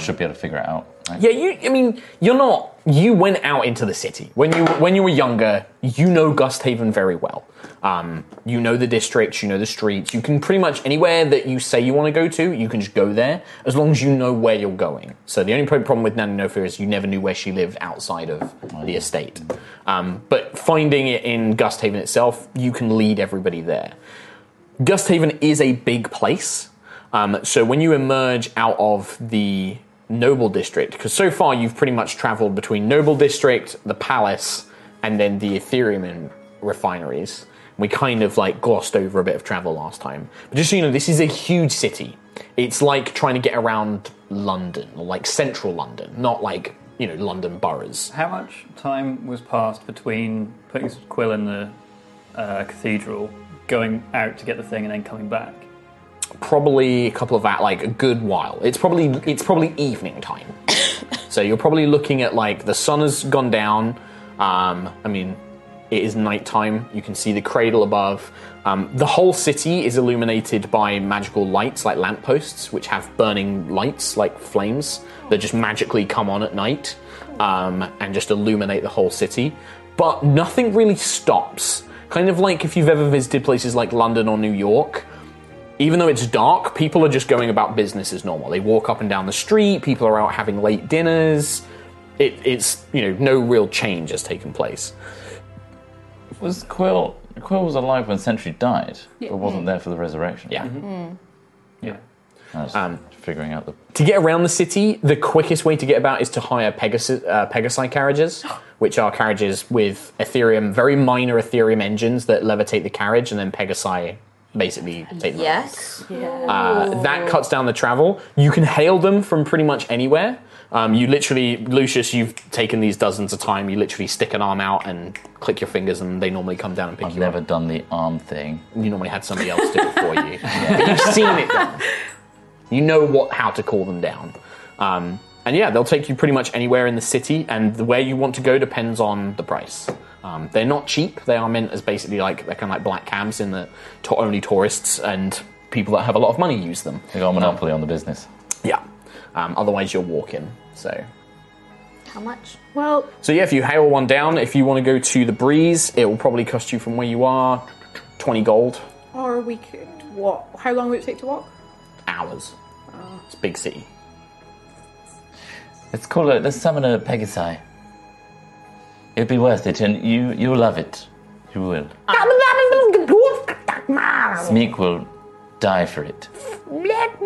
Speaker 4: Should be able to figure it out. right?
Speaker 7: Yeah, you. I mean, you're not. You went out into the city when you when you were younger. You know Gusthaven very well. Um, you know the districts. You know the streets. You can pretty much anywhere that you say you want to go to, you can just go there as long as you know where you're going. So the only pro- problem with Nani Nofir is you never knew where she lived outside of the estate. Um, but finding it in Gusthaven itself, you can lead everybody there. Gusthaven is a big place. Um, so when you emerge out of the Noble District, because so far you've pretty much traveled between Noble District, the Palace, and then the Ethereum and refineries. We kind of like glossed over a bit of travel last time. But just so you know, this is a huge city. It's like trying to get around London, or like central London, not like, you know, London boroughs.
Speaker 2: How much time was passed between putting Quill in the uh, cathedral, going out to get the thing, and then coming back?
Speaker 7: probably a couple of that like a good while it's probably it's probably evening time so you're probably looking at like the sun has gone down um, i mean it is nighttime you can see the cradle above um, the whole city is illuminated by magical lights like lampposts which have burning lights like flames that just magically come on at night um, and just illuminate the whole city but nothing really stops kind of like if you've ever visited places like london or new york even though it's dark, people are just going about business as normal. They walk up and down the street, people are out having late dinners. It, it's, you know, no real change has taken place.
Speaker 4: Was Quill Quill was alive when Sentry died,
Speaker 7: Yeah.
Speaker 4: but wasn't there for the resurrection.
Speaker 7: Yeah. Um,
Speaker 2: Yeah.
Speaker 4: I was figuring out the
Speaker 7: To get around the city, the quickest way to get about is to hire Pegasus, uh, Pegasi carriages, which are carriages with Ethereum, very minor Ethereum engines that levitate the carriage, and then Pegasi basically take them.
Speaker 9: Yes.
Speaker 7: Uh, that cuts down the travel. You can hail them from pretty much anywhere. Um, you literally, Lucius, you've taken these dozens of time. You literally stick an arm out and click your fingers, and they normally come down and pick
Speaker 4: I've
Speaker 7: you up.
Speaker 4: never done the arm thing.
Speaker 7: You normally had somebody else do it for you. But you've seen it done. You know what how to call them down. Um, and yeah, they'll take you pretty much anywhere in the city, and the where you want to go depends on the price. Um, they're not cheap. They are meant as basically like they're kind of like black cabs in that to- only tourists and people that have a lot of money use them.
Speaker 4: They got a monopoly on the business.
Speaker 7: Yeah. Um, otherwise, you're walking. So.
Speaker 10: How much? Well,
Speaker 7: So yeah, if you hail one down, if you want to go to the breeze, it will probably cost you from where you are twenty gold
Speaker 5: Or we could walk. How long would it take to walk?
Speaker 7: hours. It's a big city.
Speaker 4: Let's call it. Let's summon a Pegasi. It'd be worth it, and you you'll love it. You will. Smeek will die for it.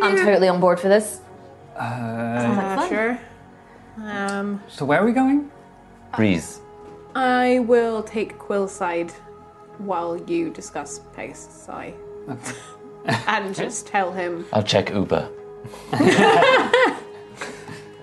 Speaker 9: I'm totally on board for this.
Speaker 2: Uh,
Speaker 5: sure. Um,
Speaker 2: so where are we going?
Speaker 4: Breeze.
Speaker 5: I will take Quill's side while you discuss Pegasi. and just tell him.
Speaker 4: I'll check Uber.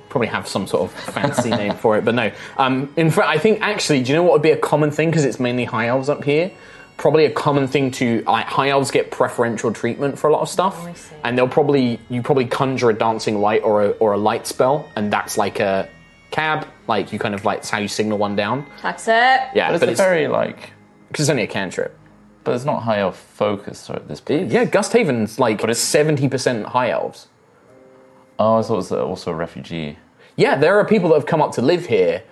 Speaker 7: Probably have some sort of fancy name for it, but no. Um, in fact, I think actually, do you know what would be a common thing? Because it's mainly high elves up here. Probably a common thing to like high elves get preferential treatment for a lot of stuff, and they'll probably you probably conjure a dancing light or a, or a light spell, and that's like a cab, like you kind of like it's how you signal one down.
Speaker 9: That's it.
Speaker 7: Yeah,
Speaker 4: but it's, a very like
Speaker 7: because it's only a cantrip.
Speaker 4: But it's not high elf focus at this point.
Speaker 7: Yeah, Gusthaven's like but it's seventy percent high elves.
Speaker 4: Oh, I thought it was also a refugee.
Speaker 7: Yeah, there are people that have come up to live here,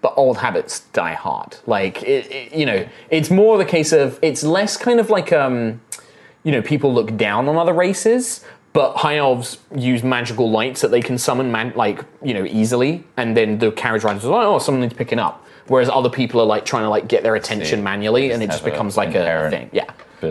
Speaker 7: but old habits die hard. Like it, it- you know, it's more the case of it's less kind of like um, you know, people look down on other races. But high elves use magical lights that they can summon, man- like you know, easily, and then the carriage riders are like, "Oh, someone's picking up." Whereas other people are like trying to like get their attention manually, and it just
Speaker 4: have a
Speaker 7: becomes like a
Speaker 4: inherent
Speaker 7: thing. Yeah,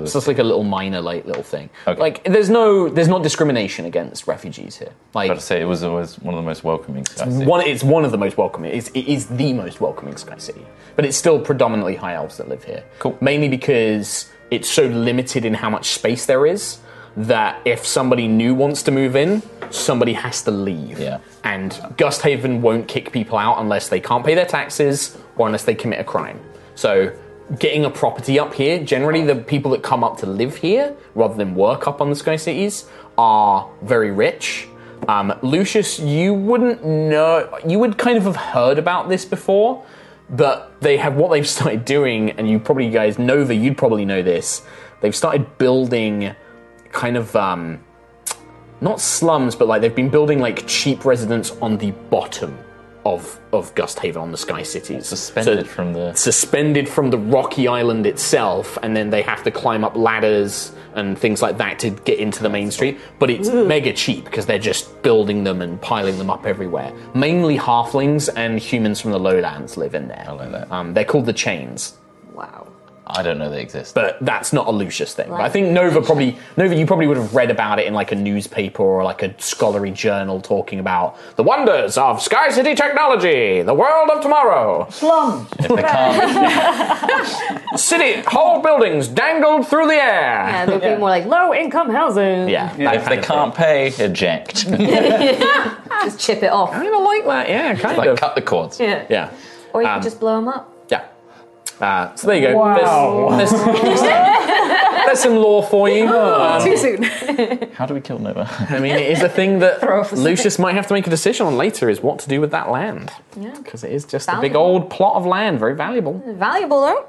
Speaker 7: so it's like a little minor, like little thing.
Speaker 4: Okay.
Speaker 7: Like there's no, there's not discrimination against refugees here. Like
Speaker 4: I've got to say, it was always one of the most welcoming.
Speaker 7: it's one, it's one of the most welcoming. It's, it is the most welcoming Sky City, but it's still predominantly high elves that live here. Cool. Mainly because it's so limited in how much space there is. that if somebody new wants to move in, somebody has to leave. Yeah. And Gusthaven won't kick people out unless they can't pay their taxes or unless they commit a crime. So getting a property up here, generally the people that come up to live here rather than work up on the Sky Cities are very rich. Um, Lucius, you wouldn't know, you would kind of have heard about this before, but they have what they've started doing, and you probably you guys know that you'd probably know this. They've started building kind of um, not slums, but like they've been building like cheap residents on the bottom of of Gusthaven on the Sky Cities, suspended
Speaker 4: from the
Speaker 7: suspended from the rocky island itself, and then they have to climb up ladders and things like that to get into the main street. But it's
Speaker 12: Ooh.
Speaker 7: mega cheap because they're just building them and piling them up everywhere. Mainly halflings and humans from the lowlands live in there. I like that. Um, they're called the Chains.
Speaker 9: Wow.
Speaker 7: I don't know they exist. But uh, that's not a Lucius thing. But I think
Speaker 9: Like-
Speaker 7: Nova probably Nova you probably would have read about it in like a newspaper or like a scholarly journal talking about the wonders of Sky City technology, the world of tomorrow. Slum. City whole buildings dangled through the air.
Speaker 9: Yeah, they'd be more like low income housing.
Speaker 7: Yeah.
Speaker 4: if they can't pay, eject.
Speaker 9: just chip it off. I
Speaker 7: don't even like that. Yeah, kind
Speaker 4: like cut the cords.
Speaker 9: Yeah.
Speaker 7: Yeah.
Speaker 13: Or you
Speaker 7: Um,
Speaker 13: could just blow them up.
Speaker 7: Yeah. Uh, so there you go.
Speaker 13: Wow.
Speaker 7: There's, there's- there's some lore for you. Um,
Speaker 5: Too soon.
Speaker 7: How do we kill Nova? I mean, it is a thing that Lucius might have to make a decision on later is what to do with that land.
Speaker 9: Yeah.
Speaker 7: Because it is just a big old plot of land, very valuable.
Speaker 9: Valuable though.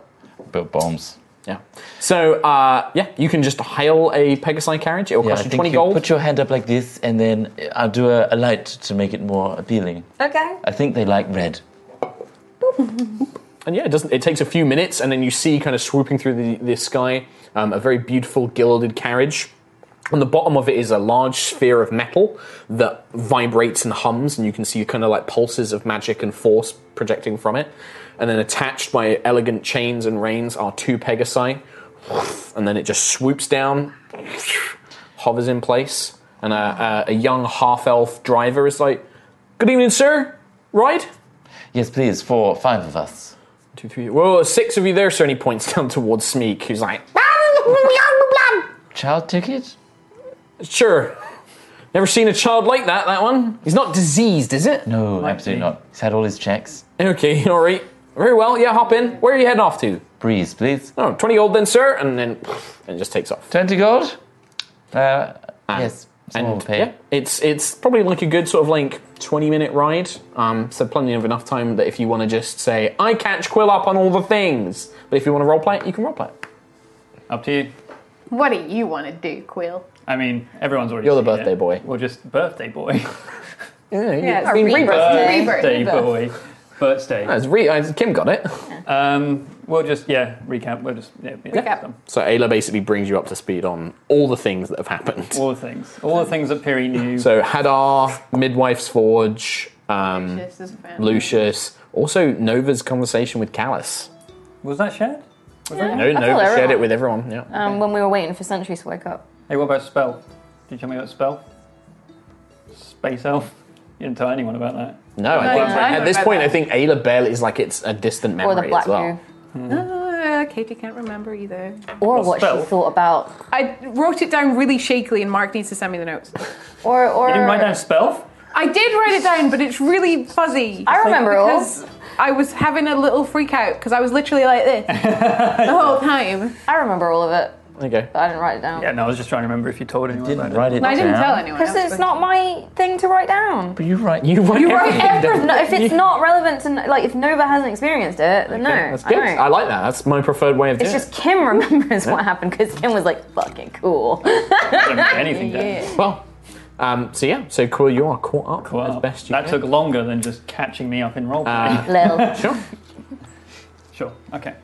Speaker 7: Build bombs. Yeah. So, uh, yeah, you can just hail a Pegasi carriage. It will
Speaker 4: Yeah, I
Speaker 7: cost you
Speaker 4: think
Speaker 7: 20
Speaker 4: you
Speaker 7: gold.
Speaker 4: put your hand up like this, and then I'll do a, a light to make it more appealing.
Speaker 9: Okay.
Speaker 4: I think they like red.
Speaker 7: And yeah, it doesn't. It takes a few minutes, and then you see kind of swooping through the, the sky um, a very beautiful gilded carriage. On the bottom of it is a large sphere of metal that vibrates and hums, and you can see kind of like pulses of magic and force projecting from it. And then attached by elegant chains and reins are two Pegasi, and then it just swoops down, hovers in place, and a, a, a young half elf driver is like, "Good evening, sir. Ride."
Speaker 4: Yes, please. For five of us.
Speaker 7: Two, three. Well, there's six of you there, so and he points down towards Smeek, who's like,
Speaker 4: Child ticket?
Speaker 7: Sure. Never seen a child like that, that one. He's not diseased, is it?
Speaker 4: No, absolutely not. He's had all his checks.
Speaker 7: Okay, all right. Very well, yeah, hop in. Where are you heading off to?
Speaker 4: Breeze, please.
Speaker 7: Oh, 20 gold then, sir, and then and it just takes off.
Speaker 4: 20 gold? Uh, yes.
Speaker 7: And yeah, it's it's probably like a good sort of like 20 minute ride. Um, so plenty of enough time that if you want to just say, I catch Quill up on all the things. But if you want to roleplay it, you can roleplay it.
Speaker 2: Up to you.
Speaker 5: What do you want to do, Quill?
Speaker 2: I mean, everyone's already.
Speaker 7: You're the
Speaker 2: seen
Speaker 7: birthday
Speaker 2: it.
Speaker 7: boy.
Speaker 2: Well, just birthday boy.
Speaker 7: Yeah,
Speaker 5: Yeah,
Speaker 7: I mean,
Speaker 5: rebirth.
Speaker 7: rebirth.
Speaker 5: Rebirth.
Speaker 2: Birthday
Speaker 5: Rebirth.
Speaker 2: boy. Birthday.
Speaker 7: That's re- uh, Kim got it.
Speaker 2: Um, we'll just yeah recap. We'll just yeah, yeah.
Speaker 5: Recap.
Speaker 7: So Ayla basically brings you up to speed on all the things that have happened.
Speaker 2: All the things. All the things that Piri knew.
Speaker 7: So Hadar, Midwife's Forge, um,
Speaker 5: Lucius,
Speaker 7: Lucius, also Nova's conversation with Callus.
Speaker 2: Was that shared? Was
Speaker 9: Yeah.
Speaker 2: that-
Speaker 7: No,
Speaker 9: I thought
Speaker 7: Nova shared
Speaker 9: everyone-
Speaker 7: it with everyone. Yeah.
Speaker 9: Um, when we were waiting for Sentries to wake up.
Speaker 2: Hey, what about spell? Did you tell me about spell? Space elf. You didn't tell anyone about that.
Speaker 7: No, I
Speaker 2: No,
Speaker 7: think
Speaker 2: yeah, I
Speaker 7: at this
Speaker 2: read
Speaker 7: point,
Speaker 2: that.
Speaker 7: I think Ayla Bell is like it's a distant memory
Speaker 9: Or the black
Speaker 7: as well.
Speaker 9: goo.
Speaker 5: Uh, Katie can't remember either.
Speaker 9: Or what she thought about.
Speaker 5: I wrote it down really shakily, and Mark needs to send me the notes.
Speaker 9: Or or
Speaker 2: You didn't write down spell?
Speaker 5: I did write it down, but it's really fuzzy.
Speaker 9: I remember it all.
Speaker 5: because I was having a little freak out because I was literally like this the whole time.
Speaker 9: I remember all of it.
Speaker 7: Okay.
Speaker 9: But I didn't write it down.
Speaker 2: Yeah, no, I was just trying to remember if you told anyone. You didn't
Speaker 4: write
Speaker 9: it I didn't down. tell anyone Because else, it's but- not my thing to write down.
Speaker 4: But you write.
Speaker 7: You write.
Speaker 9: You write
Speaker 7: everything down.
Speaker 9: everything. No, if it's not relevant to kn- like if Nova hasn't experienced it, then no.
Speaker 7: That's good.
Speaker 9: I,
Speaker 7: I,
Speaker 9: don't.
Speaker 7: like that. That's my preferred way of
Speaker 9: It's
Speaker 7: doing
Speaker 9: just Kim remembers
Speaker 7: Yeah.
Speaker 9: what happened because Kim was like fucking cool.
Speaker 7: it.
Speaker 2: anything down. Yeah.
Speaker 7: Well, um, so yeah, so Quill, you are caught up as best you
Speaker 2: that
Speaker 7: can.
Speaker 2: took longer than just catching me up in roleplay.
Speaker 7: Uh,
Speaker 9: Lil.
Speaker 7: Sure.
Speaker 2: Sure. Okay.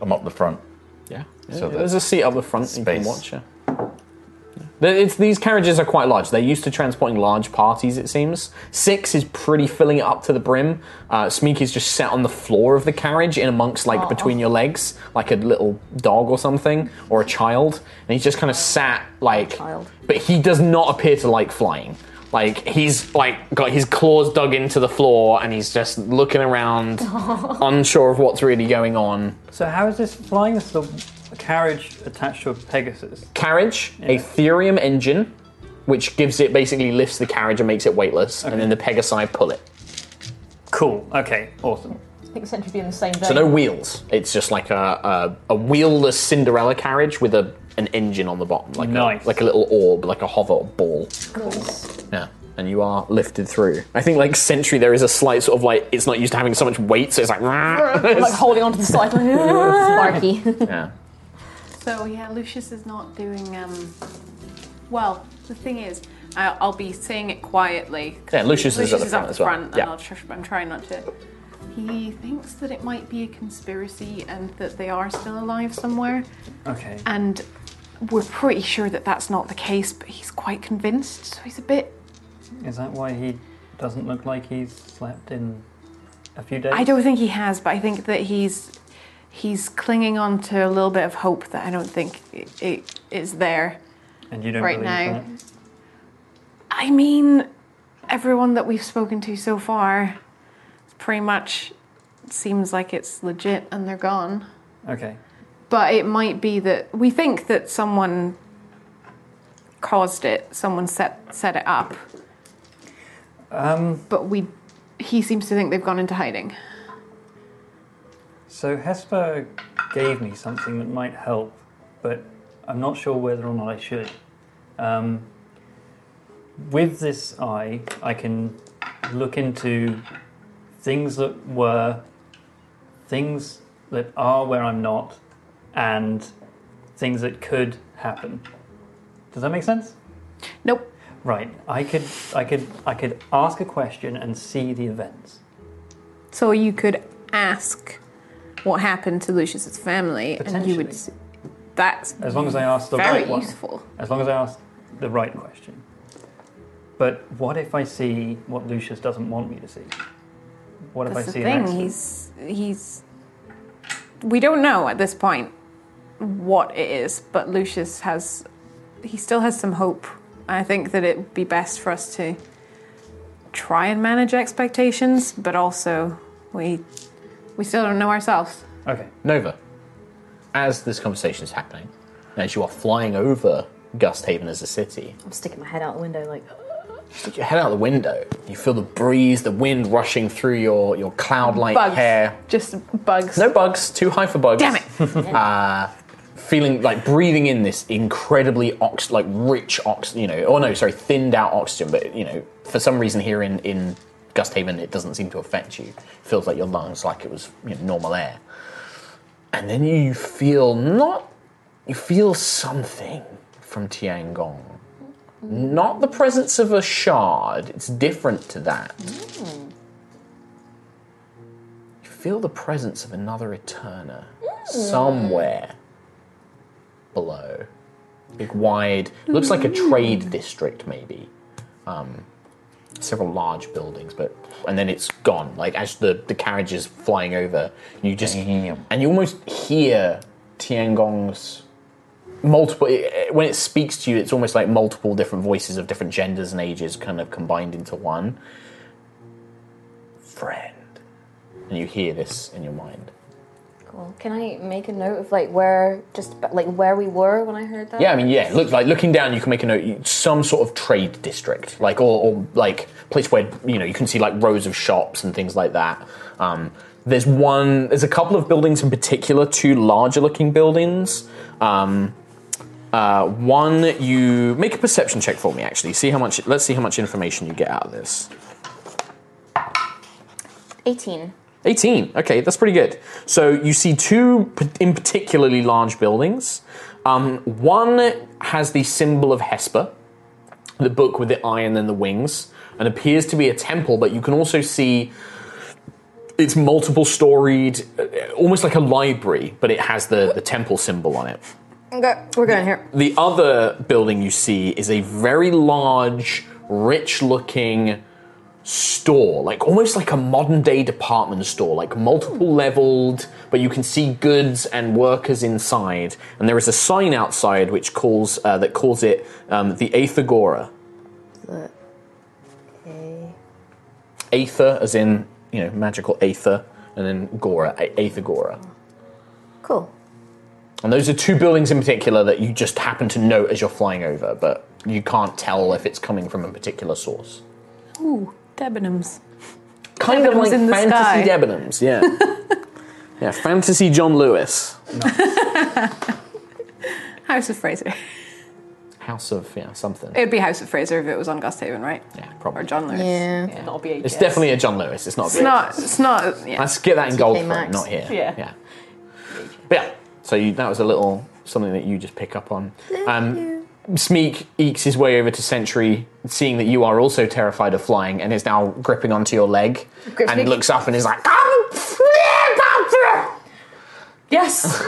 Speaker 4: I'm up the front.
Speaker 7: Yeah.
Speaker 4: So
Speaker 7: there's a seat up the front you can
Speaker 4: space.
Speaker 7: watch her. The- It's, these carriages are quite large. They're used to transporting large parties, it seems. Six is pretty filling it up to the brim. Uh, Smeek is just sat on the floor of the carriage, in amongst, like,
Speaker 4: Aw.
Speaker 7: between your legs, like a little dog or something, or a child. And he's just kind of sat, like. But he does not appear to like flying. Like, he's, like, got his claws dug into the floor, and he's just looking around, unsure of what's really going on.
Speaker 2: So how is this flying? This is the carriage attached to a Pegasus.
Speaker 7: carriage, Aetherium engine, which gives it basically lifts the carriage and makes it weightless, and then the Pegasi pull it.
Speaker 2: Cool. Okay. Awesome.
Speaker 6: I think Sentry be in the same day.
Speaker 7: So no wheels. It's just like a a, a wheelless Cinderella carriage with a an engine on the bottom, like a, like a little orb, like a hover ball. Yeah. And you are lifted through. I think like Sentry, there is a slight sort of like it's not used to having so much weight, so it's like.
Speaker 6: like holding onto the side.
Speaker 9: Sparky.
Speaker 7: yeah.
Speaker 5: So yeah, Lucius is not doing. Um, well, the thing is, I, I'll be saying it quietly. 'cause
Speaker 7: Yeah, Lucius is at the front
Speaker 5: up
Speaker 7: as well.
Speaker 5: front,
Speaker 7: Yeah.
Speaker 5: and I'll tr- I'm trying not to. He thinks that it might be a conspiracy and that they are still alive somewhere,
Speaker 2: Okay.
Speaker 5: and we're pretty sure that that's not the case. But he's quite convinced, so he's a bit.
Speaker 2: Is that why he doesn't look like he's slept in a few days?
Speaker 5: I don't think he has, but I think that he's he's clinging on to a little bit of hope that I don't think it, it is there.
Speaker 2: And you don't
Speaker 5: right
Speaker 2: believe
Speaker 5: now.
Speaker 2: that?
Speaker 5: I mean, everyone that we've spoken to so far pretty much seems like it's legit and they're gone.
Speaker 2: Okay.
Speaker 5: But it might be that we think that someone caused it, someone set set it up.
Speaker 2: Um,
Speaker 5: But we he seems to think they've gone into hiding.
Speaker 2: so Hesper gave me something that might help, but I'm not sure whether or not I should. Um, with this eye, I can look into things that were, things that are where I'm not, and things that could happen. Does that make sense?
Speaker 5: Nope.
Speaker 2: Right. I could, I could, I could ask a question and see the events.
Speaker 5: So you could ask what happened to Lucius's family and you would s- that's
Speaker 2: As long as I ask the
Speaker 5: very
Speaker 2: right one.
Speaker 5: useful.
Speaker 2: As long as I ask the right question. But what if I see what Lucius doesn't want me to see? What
Speaker 5: That's
Speaker 2: if I see
Speaker 5: the
Speaker 2: an accident?
Speaker 5: thing. He's he's. We don't know at this point what it is, but Lucius has. He still has some hope. I think that it would be best for us to try and manage expectations, but also we we still don't know ourselves.
Speaker 2: Okay.
Speaker 7: Nova, as this conversation is happening, as you are flying over Gusthaven as a city,
Speaker 9: I'm sticking my head out the window like.
Speaker 7: stick your head out the window. You feel the breeze, the wind rushing through your, your cloud like
Speaker 6: Bugs.
Speaker 7: hair.
Speaker 5: Just bugs.
Speaker 7: No bugs, too high for bugs.
Speaker 6: Damn
Speaker 7: it. uh, feeling like breathing in this incredibly ox like rich ox you know or no sorry thinned out oxygen but you know for some reason here in in Gusthaven it doesn't seem to affect you feels like your lungs like it was you know, normal air and then you feel not you feel something from Tiangong not the presence of a shard it's different to that you feel the presence of another Eterna somewhere below. Big wide, looks like a trade district maybe. Um, several large buildings, but and then it's gone. Like as the, the carriage is flying over, you just and you almost hear Tiangong's multiple. eh, When it speaks to you, it's almost like multiple different voices of different genders and ages kind of combined into one. Friend, and you hear this in your mind.
Speaker 9: Cool. oh, Can I make a note of like where just like where we were when I heard that?
Speaker 7: Yeah, I mean, yeah. Look, like looking down, you can make a note. you- Some sort of trade district, like or, or like place where you know you can see like rows of shops and things like that. Um, there's one. There's a couple of buildings in particular. Two larger looking buildings. Um, uh, one, you make a perception check for me. Actually, see how much. Let's see how much information you get out of this.
Speaker 9: 18.
Speaker 7: 18. Okay, that's pretty good. So you see two p- in particularly large buildings. Um, one has the symbol of Hesper, the book with the eye and then the wings, and appears to be a temple, but you can also see it's multiple storied, uh, almost like a library, but it has the, the temple symbol on it.
Speaker 9: Okay, we're going here.
Speaker 7: The other building you see is a very large, rich looking store, like almost like a modern day department store, like multiple leveled, but you can see goods and workers inside. And there is a sign outside which calls uh, that calls it um, the Aethagora.
Speaker 9: Look. Okay.
Speaker 7: Aether, as in you know magical aether, and then Gora, A- Aethagora.
Speaker 9: Cool.
Speaker 10: And those are two buildings in particular that you just happen to note as you're flying over, but you can't tell if it's coming from a particular source.
Speaker 6: Ooh, Debenhams.
Speaker 10: Kind
Speaker 6: Debenhams
Speaker 10: of like
Speaker 6: in the
Speaker 10: fantasy
Speaker 6: sky.
Speaker 10: Debenhams, yeah. yeah, fantasy John Lewis.
Speaker 5: House of Fraser.
Speaker 10: House of, yeah, something.
Speaker 5: It'd be House of Fraser if it was on Gusthaven, right?
Speaker 10: Yeah, probably.
Speaker 5: Or John Lewis.
Speaker 10: Yeah.
Speaker 5: Not BHS.
Speaker 10: It's definitely a John Lewis, it's not a
Speaker 5: It's
Speaker 10: VHS.
Speaker 5: not. It's not. Yeah.
Speaker 10: Let's get that in gold for it,
Speaker 5: Max.
Speaker 10: not here.
Speaker 5: Yeah.
Speaker 10: Yeah. But yeah. So you, that was a little something that you just pick up on. Um, Smeek ekes his way over to Sentry, seeing that you are also terrified of flying, and is now gripping onto your leg,
Speaker 14: Gripping.
Speaker 10: and looks up and is like,
Speaker 5: Yes.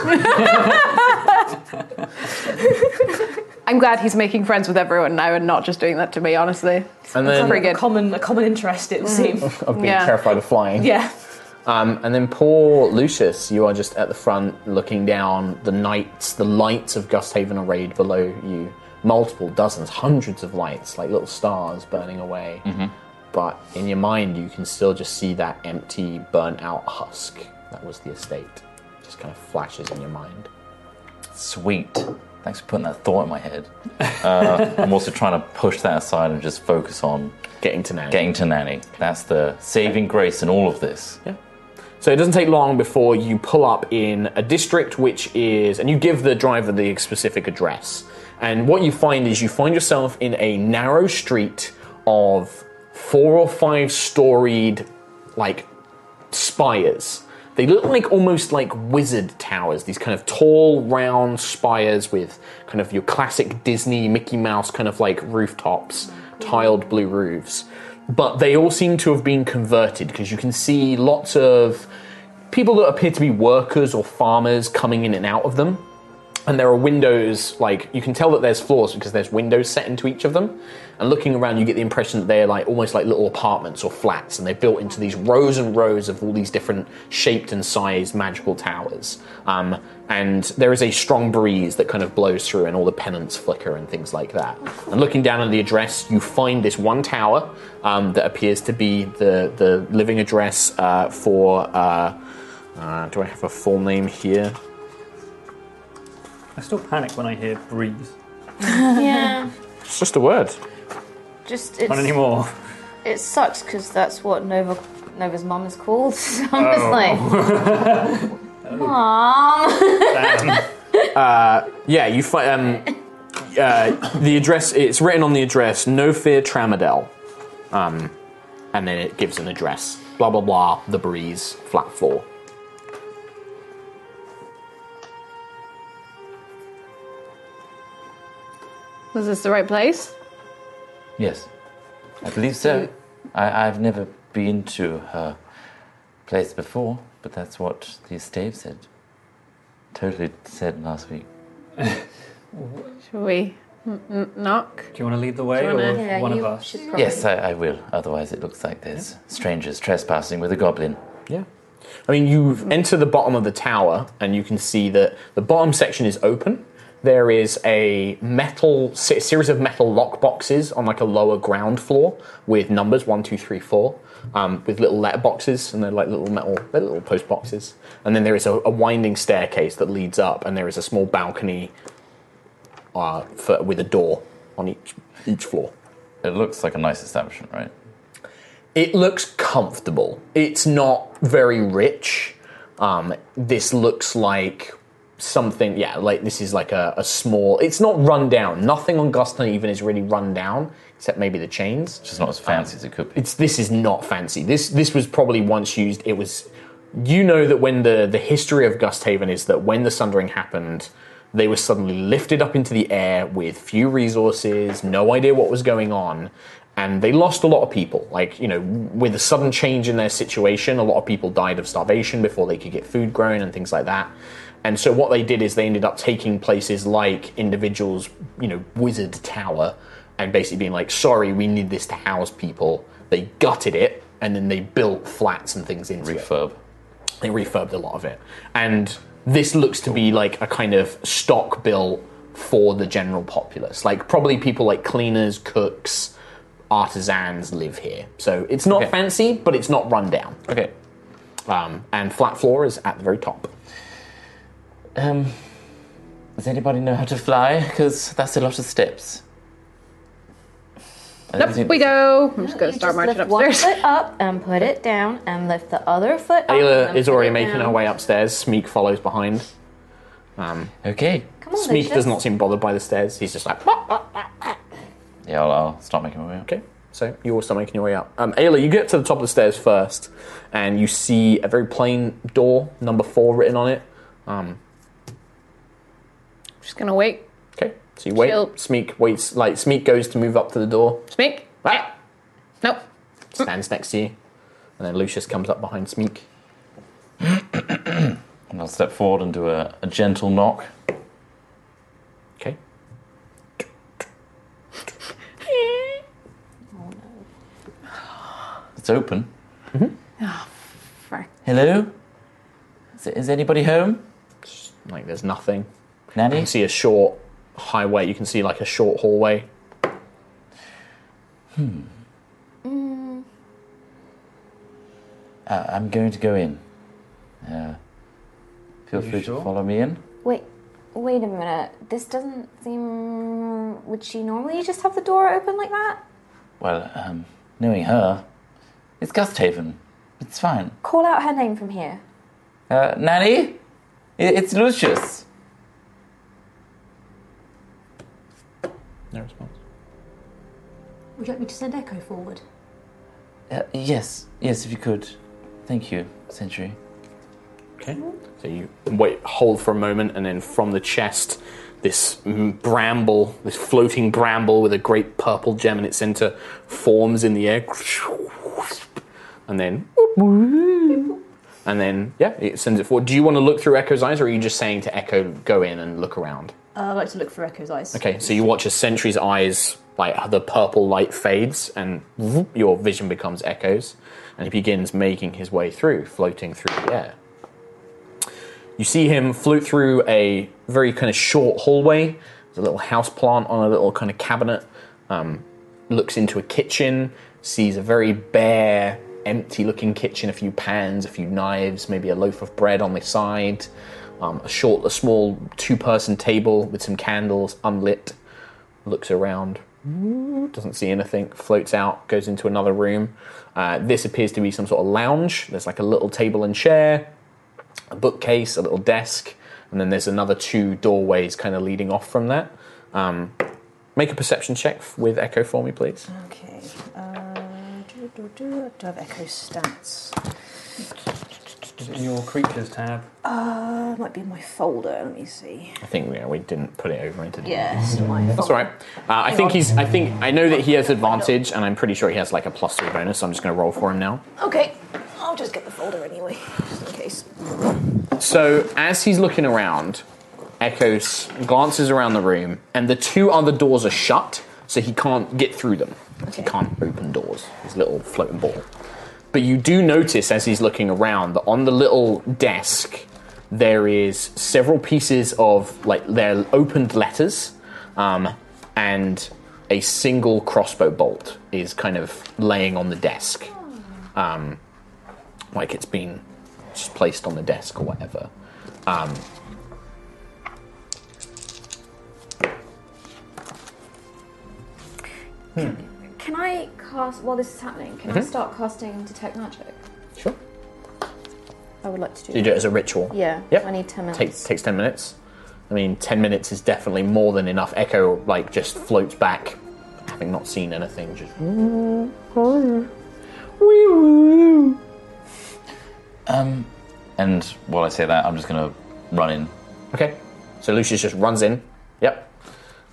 Speaker 5: I'm glad he's making friends with everyone now and not just doing that to me, honestly.
Speaker 10: And
Speaker 5: That's
Speaker 10: then-
Speaker 5: pretty good.
Speaker 6: Common, a common interest, it would seem.
Speaker 10: of being terrified of flying.
Speaker 6: Yeah.
Speaker 10: Um, and then poor Lucius, you are just at the front looking down the nights, the lights of Gusthaven arrayed below you. Multiple, dozens, hundreds of lights, like little stars burning away. But in your mind, you can still just see that empty, burnt out husk that was the estate. Just kind of flashes in your mind.
Speaker 4: Sweet. Thanks for putting that thought in my head. Uh, I'm also trying to push that aside and just focus on
Speaker 10: getting to nanny.
Speaker 4: Getting to nanny. That's the saving grace in all of this.
Speaker 10: Yeah. So it doesn't take long before you pull up in a district which is, and you give the driver the specific address. And what you find is you find yourself in a narrow street of four or five storied, like, spires. They look like almost like wizard towers, these kind of tall, round spires with kind of your classic Disney, Mickey Mouse kind of like rooftops, tiled blue roofs. But they all seem to have been converted because you can see lots of people that appear to be workers or farmers coming in and out of them. And there are windows, like, you can tell that there's floors because there's windows set into each of them. And looking around, you get the impression that they're like almost like little apartments or flats, and they're built into these rows and rows of all these different shaped and sized magical towers. Um, and there is a strong breeze that kind of blows through, and all the pennants flicker and things like that. And looking down at the address, you find this one tower um, that appears to be the, the living address uh, for. Uh, uh, do I have a full name here?
Speaker 2: I still panic when I hear breeze.
Speaker 15: yeah.
Speaker 10: It's just a word.
Speaker 9: Just it's,
Speaker 2: Not anymore.
Speaker 9: It sucks because that's what Nova Nova's mom is called. So I'm
Speaker 10: Oh.
Speaker 9: just like,
Speaker 7: Oh.
Speaker 9: mom.
Speaker 10: uh, yeah, you find um, uh, the address. It's written on the address. No fear, Tramadel. Um, and then it gives an address. Blah blah blah. The breeze, flat four.
Speaker 5: Was this the right place?
Speaker 4: Yes. I believe so. I, I've never been to her place before, but that's what the estate said. Totally said last week.
Speaker 5: Should we n- n- knock?
Speaker 4: Do you want to lead the
Speaker 5: way, Do you wanna- or Yeah, one of you us? should probably-
Speaker 4: Yes, I, I will. Otherwise, it looks like there's strangers trespassing with a goblin.
Speaker 10: Yeah. I mean, you enter the bottom of the tower, and you can see that the bottom section is open. There is a metal se- series of metal lock boxes on like a lower ground floor with numbers one, two, three, four, um, with little letter boxes, and they're like little metal, they're little post boxes. And then there is a, a winding staircase that leads up, and there is a small balcony uh, for, with a door on each each floor.
Speaker 4: It looks like a nice establishment, right?
Speaker 10: It looks comfortable. It's not very rich. Um, this looks like something, yeah, like this is like a, a small. It's not run down. Nothing on Guston even is really run down, except maybe the chains. It's
Speaker 4: just not as fancy as it could be.
Speaker 10: It's this is not fancy. This this was probably once used. It was. You know that when the the history of Gusthaven is that when the Sundering happened, they were suddenly lifted up into the air with few resources, no idea what was going on, and they lost a lot of people. Like, you know, with a sudden change in their situation, a lot of people died of starvation before they could get food grown and things like that. And so what they did is they ended up taking places like individuals, you know, Wizard Tower, and basically being like, sorry, we need this to house people. They gutted it, and then they built flats and things into it.
Speaker 4: Refurb.
Speaker 10: They refurbed a lot of it. And this looks to be like a kind of stock built for the general populace. Like, probably people like cleaners, cooks, artisans live here. So it's not fancy, but it's not run down.
Speaker 4: Okay.
Speaker 10: Um, and flat floor is at the very top.
Speaker 4: Um, Does anybody know how to fly? Because that's a lot of steps. I don't
Speaker 5: Nope,
Speaker 4: think-
Speaker 5: we go. I'm just going to start
Speaker 9: Just
Speaker 5: marching
Speaker 9: lift one
Speaker 5: upstairs.
Speaker 9: foot up and put it down, and lift the other foot. up
Speaker 10: Ayla
Speaker 9: and
Speaker 10: is
Speaker 9: put
Speaker 10: already
Speaker 9: it
Speaker 10: making
Speaker 9: down.
Speaker 10: her way upstairs. Smeek follows behind. Um,
Speaker 4: okay.
Speaker 9: Come on,
Speaker 10: Smeek does
Speaker 9: Lucius.
Speaker 10: not seem bothered by the stairs. He's just like,
Speaker 4: Yeah, I'll, I'll start making my way up.
Speaker 10: Okay. So you all start making your way up. Um, Ayla, you get to the top of the stairs first, and you see a very plain door, number four, written on it. Um,
Speaker 5: Just going to wait.
Speaker 10: okay. So you wait.
Speaker 5: She'll-
Speaker 10: Smeek waits. Like Smeek goes to move up to the door.
Speaker 5: Smeek?
Speaker 10: Ah!
Speaker 5: Nope.
Speaker 10: Stands next to you, and then Lucius comes up behind Smeek.
Speaker 4: And I'll step forward and do a, a gentle knock.
Speaker 10: Okay.
Speaker 4: It's open.
Speaker 5: frick.
Speaker 4: Hello? Is, is anybody home?
Speaker 10: Like there's nothing.
Speaker 4: Nanny?
Speaker 10: You can see a short highway. You can see like a short hallway.
Speaker 4: Hmm. Uh, I'm going to go in. Uh, feel free to follow me in.
Speaker 9: Wait, wait a minute. This doesn't seem. Would she normally just have the door open like that?
Speaker 4: Well, um, knowing her, it's Gusthaven. It's fine.
Speaker 9: Call out her name from here.
Speaker 4: Uh, Nanny? I- It's Lucius.
Speaker 10: No response.
Speaker 1: Would you like me to send Echo forward?
Speaker 4: Uh, yes, yes, if you could. Thank you, Sentry.
Speaker 10: Okay. So you wait, hold for a moment, and then from the chest, this mm, bramble, this floating bramble with a great purple gem in its center, forms in the air, and then, and then, yeah, it sends it forward. Do you want to look through Echo's eyes, or are you just saying to Echo, go in and look around?
Speaker 6: Uh, I'd like to look for Echo's eyes.
Speaker 10: Okay, so you watch as Sentry's eyes, like the purple light fades, and your vision becomes echoes, and he begins making his way through, floating through the air. You see him float through a very kind of short hallway. There's a little house plant on a little kind of cabinet. Um, looks into a kitchen, sees a very bare, empty looking kitchen, a few pans, a few knives, maybe a loaf of bread on the side, um, a short, a small two person table with some candles unlit. Looks around, doesn't see anything, floats out, goes into another room. Uh, this appears to be some sort of lounge. There's like a little table and chair, a bookcase, a little desk, and then there's another two doorways kind of leading off from that. Um, make a perception check f- with Echo for me, please.
Speaker 1: Okay. Uh, do, do, do, do I have Echo stats?
Speaker 2: In your creatures tab.
Speaker 1: Uh, might be in my folder. Let me see.
Speaker 10: I think yeah, we didn't put it over into.
Speaker 1: Yes, my
Speaker 10: That's all right. Uh, I think he's. I think I know that he has advantage, and I'm pretty sure he has like a plus three bonus. So I'm just going to roll for him now.
Speaker 1: Okay, I'll just get the folder anyway, just in case.
Speaker 10: So as he's looking around, Echoes glances around the room, and the two other doors are shut, so he can't get through them. He can't open doors. His little floating ball. But you do notice as he's looking around that on the little desk there is several pieces of like they're opened letters, um, and a single crossbow bolt is kind of laying on the desk. Um, like it's been just placed on the desk or whatever. Um,
Speaker 9: Can I cast while this is happening? Can I
Speaker 10: Mhm.
Speaker 9: start casting detect magic?
Speaker 10: Sure.
Speaker 9: I would like to do.
Speaker 10: so you do it as a ritual.
Speaker 9: Yeah.
Speaker 10: Yep.
Speaker 9: I need ten minutes.
Speaker 10: Takes takes ten minutes. I mean, ten minutes is definitely more than enough. Echo like just floats back, having not seen anything. Just
Speaker 4: Um, and while I say that, I'm just going to run in.
Speaker 10: okay. So Lucius just runs in. Yep.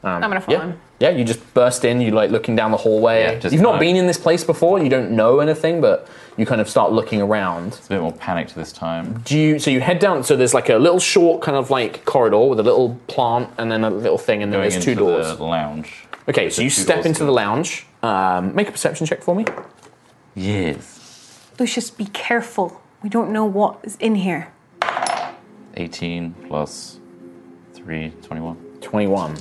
Speaker 10: Um,
Speaker 4: I'm gonna follow
Speaker 10: yeah.
Speaker 4: him.
Speaker 10: Yeah, you just burst in. You like looking down the hallway.
Speaker 4: just
Speaker 10: You've not
Speaker 4: kinda-
Speaker 10: been in this place before. You don't know anything, but you kind of start looking around. It's
Speaker 4: a bit more panicked this time.
Speaker 10: Do you? So you head down. So there's like a little short kind of like corridor with a little plant and then a little thing, and then
Speaker 4: Going
Speaker 10: there's two
Speaker 4: into
Speaker 10: doors.
Speaker 4: the lounge.
Speaker 10: Okay, so you step into the lounge. Um, make a perception check for me.
Speaker 4: Yes.
Speaker 5: Lucius, be careful. We don't know what is in here.
Speaker 4: 18 plus 3, 21.
Speaker 10: 21.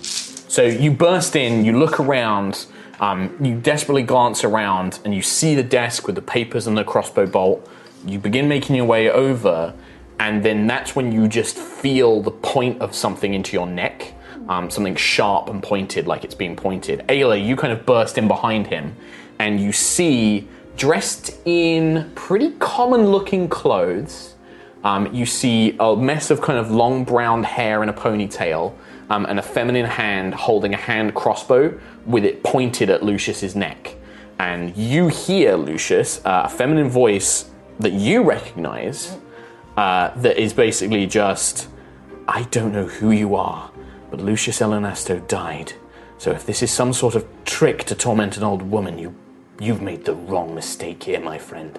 Speaker 10: So you burst in, you look around, um, you desperately glance around, and you see the desk with the papers and the crossbow bolt. You begin making your way over, and then that's when you just feel the point of something into your neck, um, something sharp and pointed, like it's being pointed. Ayla, you kind of burst in behind him, and you see, dressed in pretty common-looking clothes, um, you see a mess of kind of long brown hair and a ponytail, um, and a feminine hand holding a hand crossbow with it pointed at Lucius's neck. And you hear Lucius, uh, a feminine voice that you recognize, uh, that is basically just, I don't know who you are, but Lucius Elenasto died. So if this is some sort of trick to torment an old woman, you, you've made the wrong mistake here, my friend.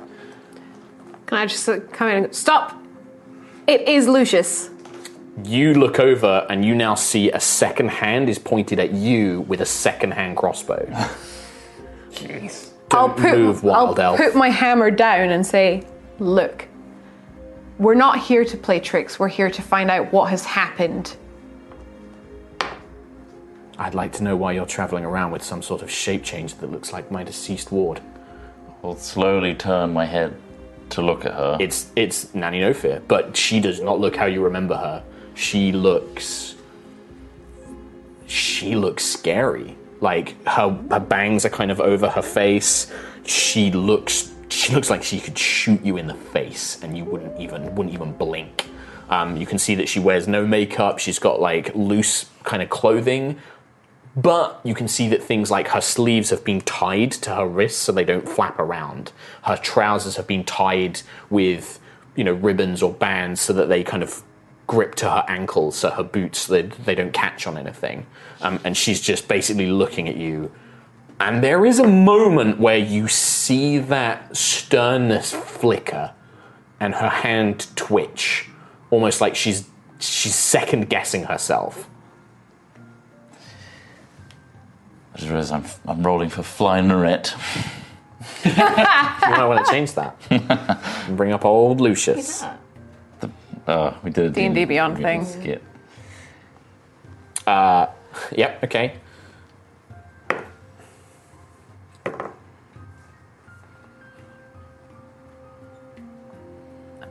Speaker 5: Can I just uh, come in and go, stop? It is Lucius.
Speaker 10: You look over and you now see a second hand is pointed at you with a second hand crossbow. Jeez. Don't move, Wild
Speaker 5: I'll
Speaker 10: Elf.
Speaker 5: put my hammer down and say, look, we're not here to play tricks. We're here to find out what has happened.
Speaker 10: I'd like to know why you're traveling around with some sort of shape change that looks like my deceased ward.
Speaker 4: I'll slowly turn my head to look at her.
Speaker 10: It's it's Nanny No Fear, but she does not look how you remember her. She looks she looks scary. Like her her bangs are kind of over her face. She looks she looks like she could shoot you in the face and you wouldn't even wouldn't even blink. Um, you can see that she wears no makeup. She's got like loose kind of clothing, but you can see that things like her sleeves have been tied to her wrists so they don't flap around. Her trousers have been tied with, you know, ribbons or bands so that they kind of grip to her ankles, so her boots they, they don't catch on anything. Um, and she's just basically looking at you. And there is a moment where you see that sternness flicker and her hand twitch, almost like she's she's second guessing herself.
Speaker 4: I just realised I'm, I'm rolling for Fly Norette.
Speaker 10: You might want to change that. Bring up old Lucius.
Speaker 4: Oh, we did a
Speaker 5: D&D Beyond
Speaker 4: we
Speaker 5: thing.
Speaker 4: Skip.
Speaker 10: Uh, yep, okay.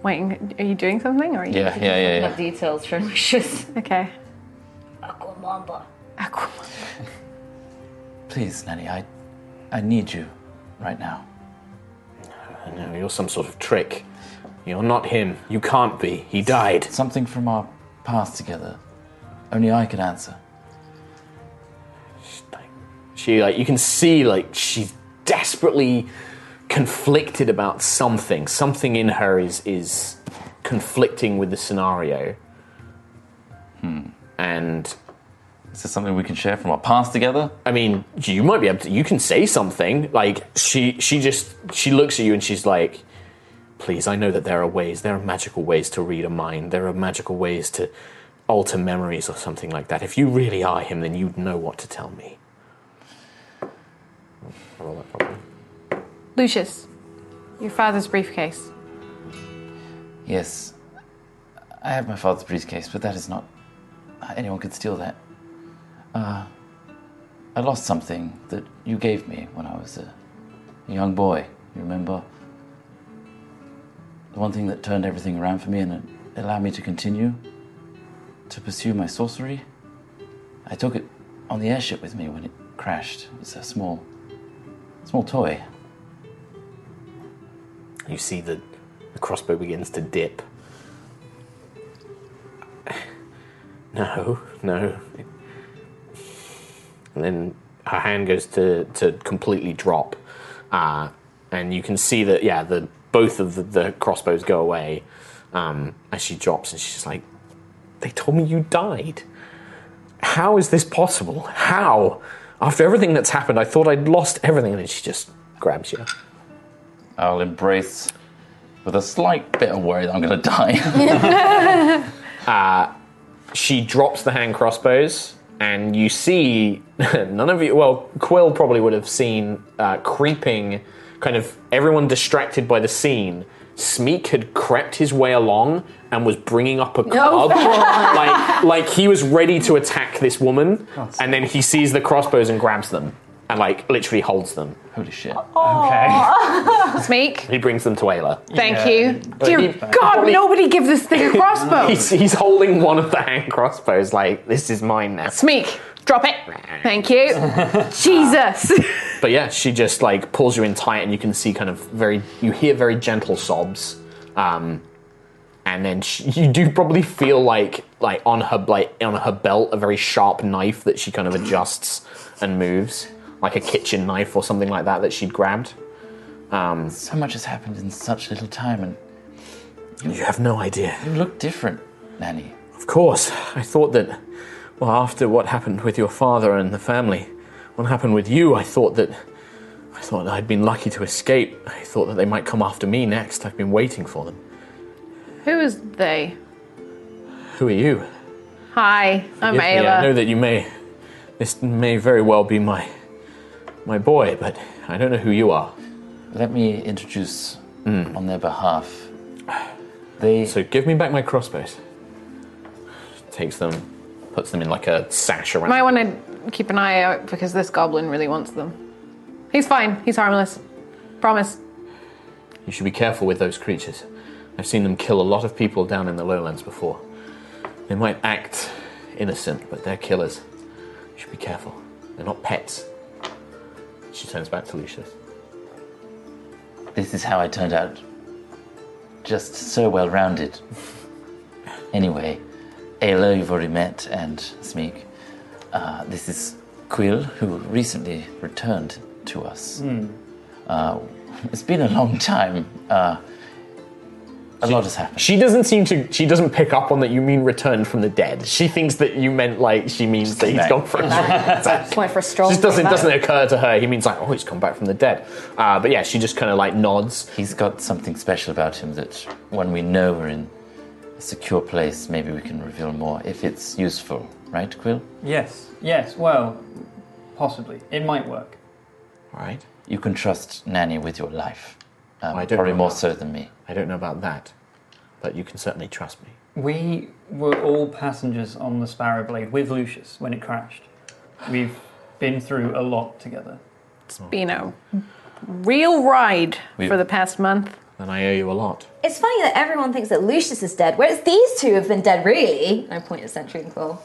Speaker 5: Waiting, are you doing something? Or are you
Speaker 4: Yeah, yeah, yeah, yeah.
Speaker 6: details for Lucius.
Speaker 5: Okay.
Speaker 6: Aquamamba.
Speaker 4: Please, Nanny, I, I need you right now.
Speaker 10: No, you're some sort of trick. You're not him. You can't be. He died.
Speaker 4: Something from our past together. Only I can answer.
Speaker 10: She like you can see like she's desperately conflicted about something. Something in her is is conflicting with the scenario.
Speaker 4: Hmm.
Speaker 10: And
Speaker 4: is this something we can share from our past together?
Speaker 10: I mean, you might be able to. You can say something. Like she, she just she looks at you and she's like, "Please, I know that there are ways. There are magical ways to read a mind. There are magical ways to alter memories or something like that. If you really are him, then you'd know what to tell me." Roll that properly.
Speaker 5: Lucius, your father's briefcase.
Speaker 4: Yes. I have my father's briefcase, but that is not. Anyone could steal that. Uh, I lost something that you gave me when I was a, a young boy. You remember? The one thing that turned everything around for me and it allowed me to continue to pursue my sorcery. I took it on the airship with me when it crashed. It's a small, small toy.
Speaker 10: You see the, the crossbow begins to dip. No, no. And then her hand goes to, to completely drop. Uh, and you can see that, yeah, the both of the, the crossbows go away um, as she drops, and she's like, They told me you died. How is this possible? How? After everything that's happened, I thought I'd lost everything. And then she just grabs you.
Speaker 4: I'll embrace with a slight bit of worry that I'm going to die.
Speaker 10: uh, she drops the hand crossbows, and you see none of you. Well, Quill probably would have seen uh, creeping, kind of everyone distracted by the scene. Smeek had crept his way along and was bringing up a
Speaker 14: No.
Speaker 10: club, like like he was ready to attack this woman, and then he sees the crossbows and grabs them. and like literally holds them. Holy shit!
Speaker 5: Smeek.
Speaker 10: He brings them to Ayla.
Speaker 5: Thank you.
Speaker 10: But
Speaker 5: Dear
Speaker 10: he-
Speaker 5: God, nobody give this thing a crossbow.
Speaker 10: he's, he's holding one of the hand crossbows. Like this is mine now.
Speaker 5: Smeek, drop it. Thank you. Jesus.
Speaker 10: But yeah, she just like pulls you in tight, and you can see kind of very, you hear very gentle sobs, um, and then she, you do probably feel like like on her like on her belt a very sharp knife that she kind of adjusts and moves, like a kitchen knife or something like that that she'd grabbed. Um,
Speaker 4: so much has happened in such little time, and
Speaker 10: you have no idea.
Speaker 4: You look different, Nanny.
Speaker 10: Of course, I thought that. Well, after what happened with your father and the family, what happened with you, I thought that. I thought that I'd been lucky to escape. I thought that they might come after me next. I've been waiting for them.
Speaker 5: Who is they?
Speaker 10: Who are you?
Speaker 5: Hi, I'm
Speaker 10: Forgive me, I know
Speaker 5: Ayla.
Speaker 10: that you may. This may very well be my. my boy, but I don't know who you are.
Speaker 4: Let me introduce
Speaker 10: Hmm.
Speaker 4: on their behalf. They.
Speaker 10: So give me back my crossbows. Takes them, puts them in like a sash around.
Speaker 5: Might want to keep an eye out because this goblin really wants them. He's fine. He's harmless. Promise.
Speaker 10: You should be careful with those creatures. I've seen them kill a lot of people down in the lowlands before. They might act innocent, but they're killers. You should be careful. They're not pets. She turns back to Lucius.
Speaker 4: This is how I turned out. Just so well rounded. Anyway, Ayla, you've already met, and Smeek. Uh, this is Quill, who recently returned to us.
Speaker 7: Hmm.
Speaker 4: Uh, it's been a long time. Uh, a lot has happened.
Speaker 10: She doesn't seem to. She doesn't pick up on that you mean returned from the dead. She thinks that you meant like she means that he's
Speaker 4: back.
Speaker 10: gone for a
Speaker 6: Just went for a stroll.
Speaker 10: just doesn't doesn't occur to her. He means like, oh, he's come back from the dead. Uh, but yeah, she just kind of like nods.
Speaker 4: He's got something special about him that when we know we're in a secure place, maybe we can reveal more if it's useful, right, Quill?
Speaker 2: Yes, yes, well, possibly. It might work.
Speaker 10: Right.
Speaker 4: You can trust Nanny with your life. Um,
Speaker 10: I don't
Speaker 4: probably
Speaker 10: know
Speaker 4: more
Speaker 10: about-
Speaker 4: so than me.
Speaker 10: I don't know about that, but you can certainly trust me.
Speaker 2: We were all passengers on the Sparrow Blade with Lucius when it crashed. We've been through a lot together.
Speaker 5: It's been a real ride
Speaker 10: We-
Speaker 5: for the past month.
Speaker 10: Then I owe you a lot.
Speaker 9: It's funny that everyone thinks that Lucius is dead, whereas these two have been dead, really. And I point at Sentry and Quill.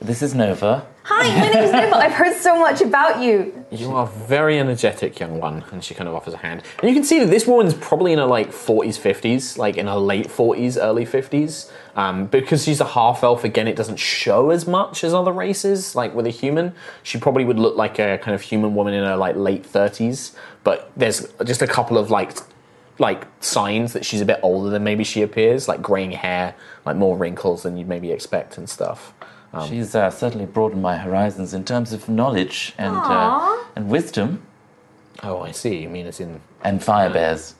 Speaker 4: This is Nova.
Speaker 9: Hi, my name's Nova. I've heard so much about you.
Speaker 10: You are very energetic, young one. And she kind of offers a hand. And you can see that this woman's probably in her like 40s, 50s, like in her late 40s, early 50s. Um, because she's a half elf, again, it doesn't show as much as other races. Like with a human, she probably would look like a kind of human woman in her like late 30s. But there's just a couple of like like signs that she's a bit older than maybe she appears, like graying hair, like more wrinkles than you'd maybe expect and stuff. Um.
Speaker 4: She's uh, certainly broadened my horizons in terms of knowledge and uh,
Speaker 9: Aw.
Speaker 4: and wisdom.
Speaker 10: Oh, I see. You mean as in
Speaker 4: and fire bears.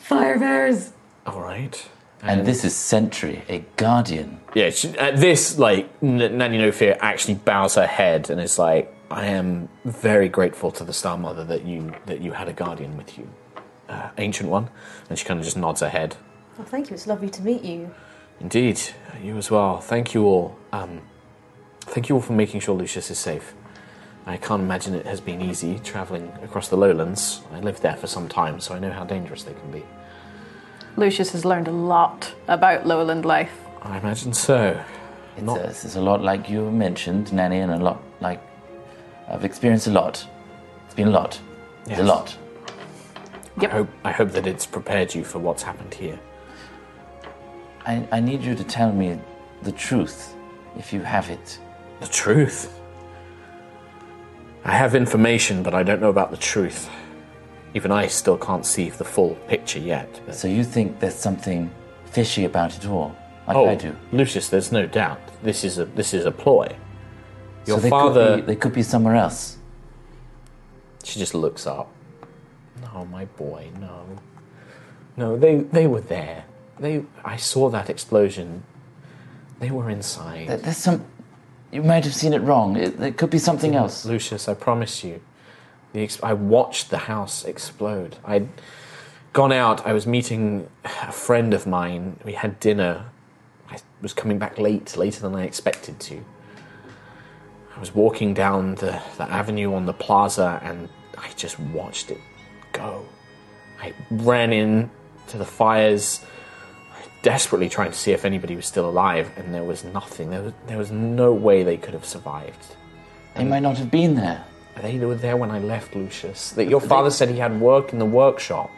Speaker 9: Fire bears.
Speaker 10: All right.
Speaker 4: And, this is Sentry, a guardian.
Speaker 10: Yeah, she, at this, like, N- Nanny No Fear actually bows her head and is like, I am very grateful to the Star Mother that you, that you had a guardian with you, uh, Ancient One. And she kind of just nods her head.
Speaker 14: Oh, thank you. It's lovely to meet you.
Speaker 10: Indeed, you as well. Thank you all. Um, thank you all for making sure Lucius is safe. I can't imagine it has been easy traveling across the lowlands. I lived there for some time, so I know how dangerous they can be.
Speaker 5: Lucius has learned a lot about lowland life.
Speaker 10: I imagine so.
Speaker 4: It's, uh, this is a lot like you mentioned, Nanny, and a lot like I've experienced a lot. It's been a lot. It's a
Speaker 10: Yes.
Speaker 4: lot.
Speaker 10: I hope I hope that it's prepared you for what's happened here.
Speaker 4: I, I need you to tell me the truth, if you have it.
Speaker 10: The truth? I have information, but I don't know about the truth. Even I still can't see the full picture yet.
Speaker 4: So you think there's something fishy about it all, like
Speaker 10: oh,
Speaker 4: I do.
Speaker 10: Lucius, there's no doubt. This is a this is a ploy. Your
Speaker 4: so they
Speaker 10: father-
Speaker 4: Could be, they could be somewhere else.
Speaker 10: She just looks up. No, my boy, no. No, they they were there. They I saw that explosion. They were inside.
Speaker 4: There- There's some. You might have seen it wrong. It, it could be something
Speaker 10: Didn't,
Speaker 4: else.
Speaker 10: Lucius, I promise you. The ex- I watched the house explode. I'd gone out. I was meeting a friend of mine. We had dinner. I was coming back late, later than I expected to. I was walking down the, the avenue on the plaza and I just watched it go. I ran in to the fires, desperately trying to see if anybody was still alive, and there was nothing. There was, there was no way they could have survived.
Speaker 4: They might not have been there.
Speaker 10: They were there when I left, Lucius. That your father said he had work in the workshop.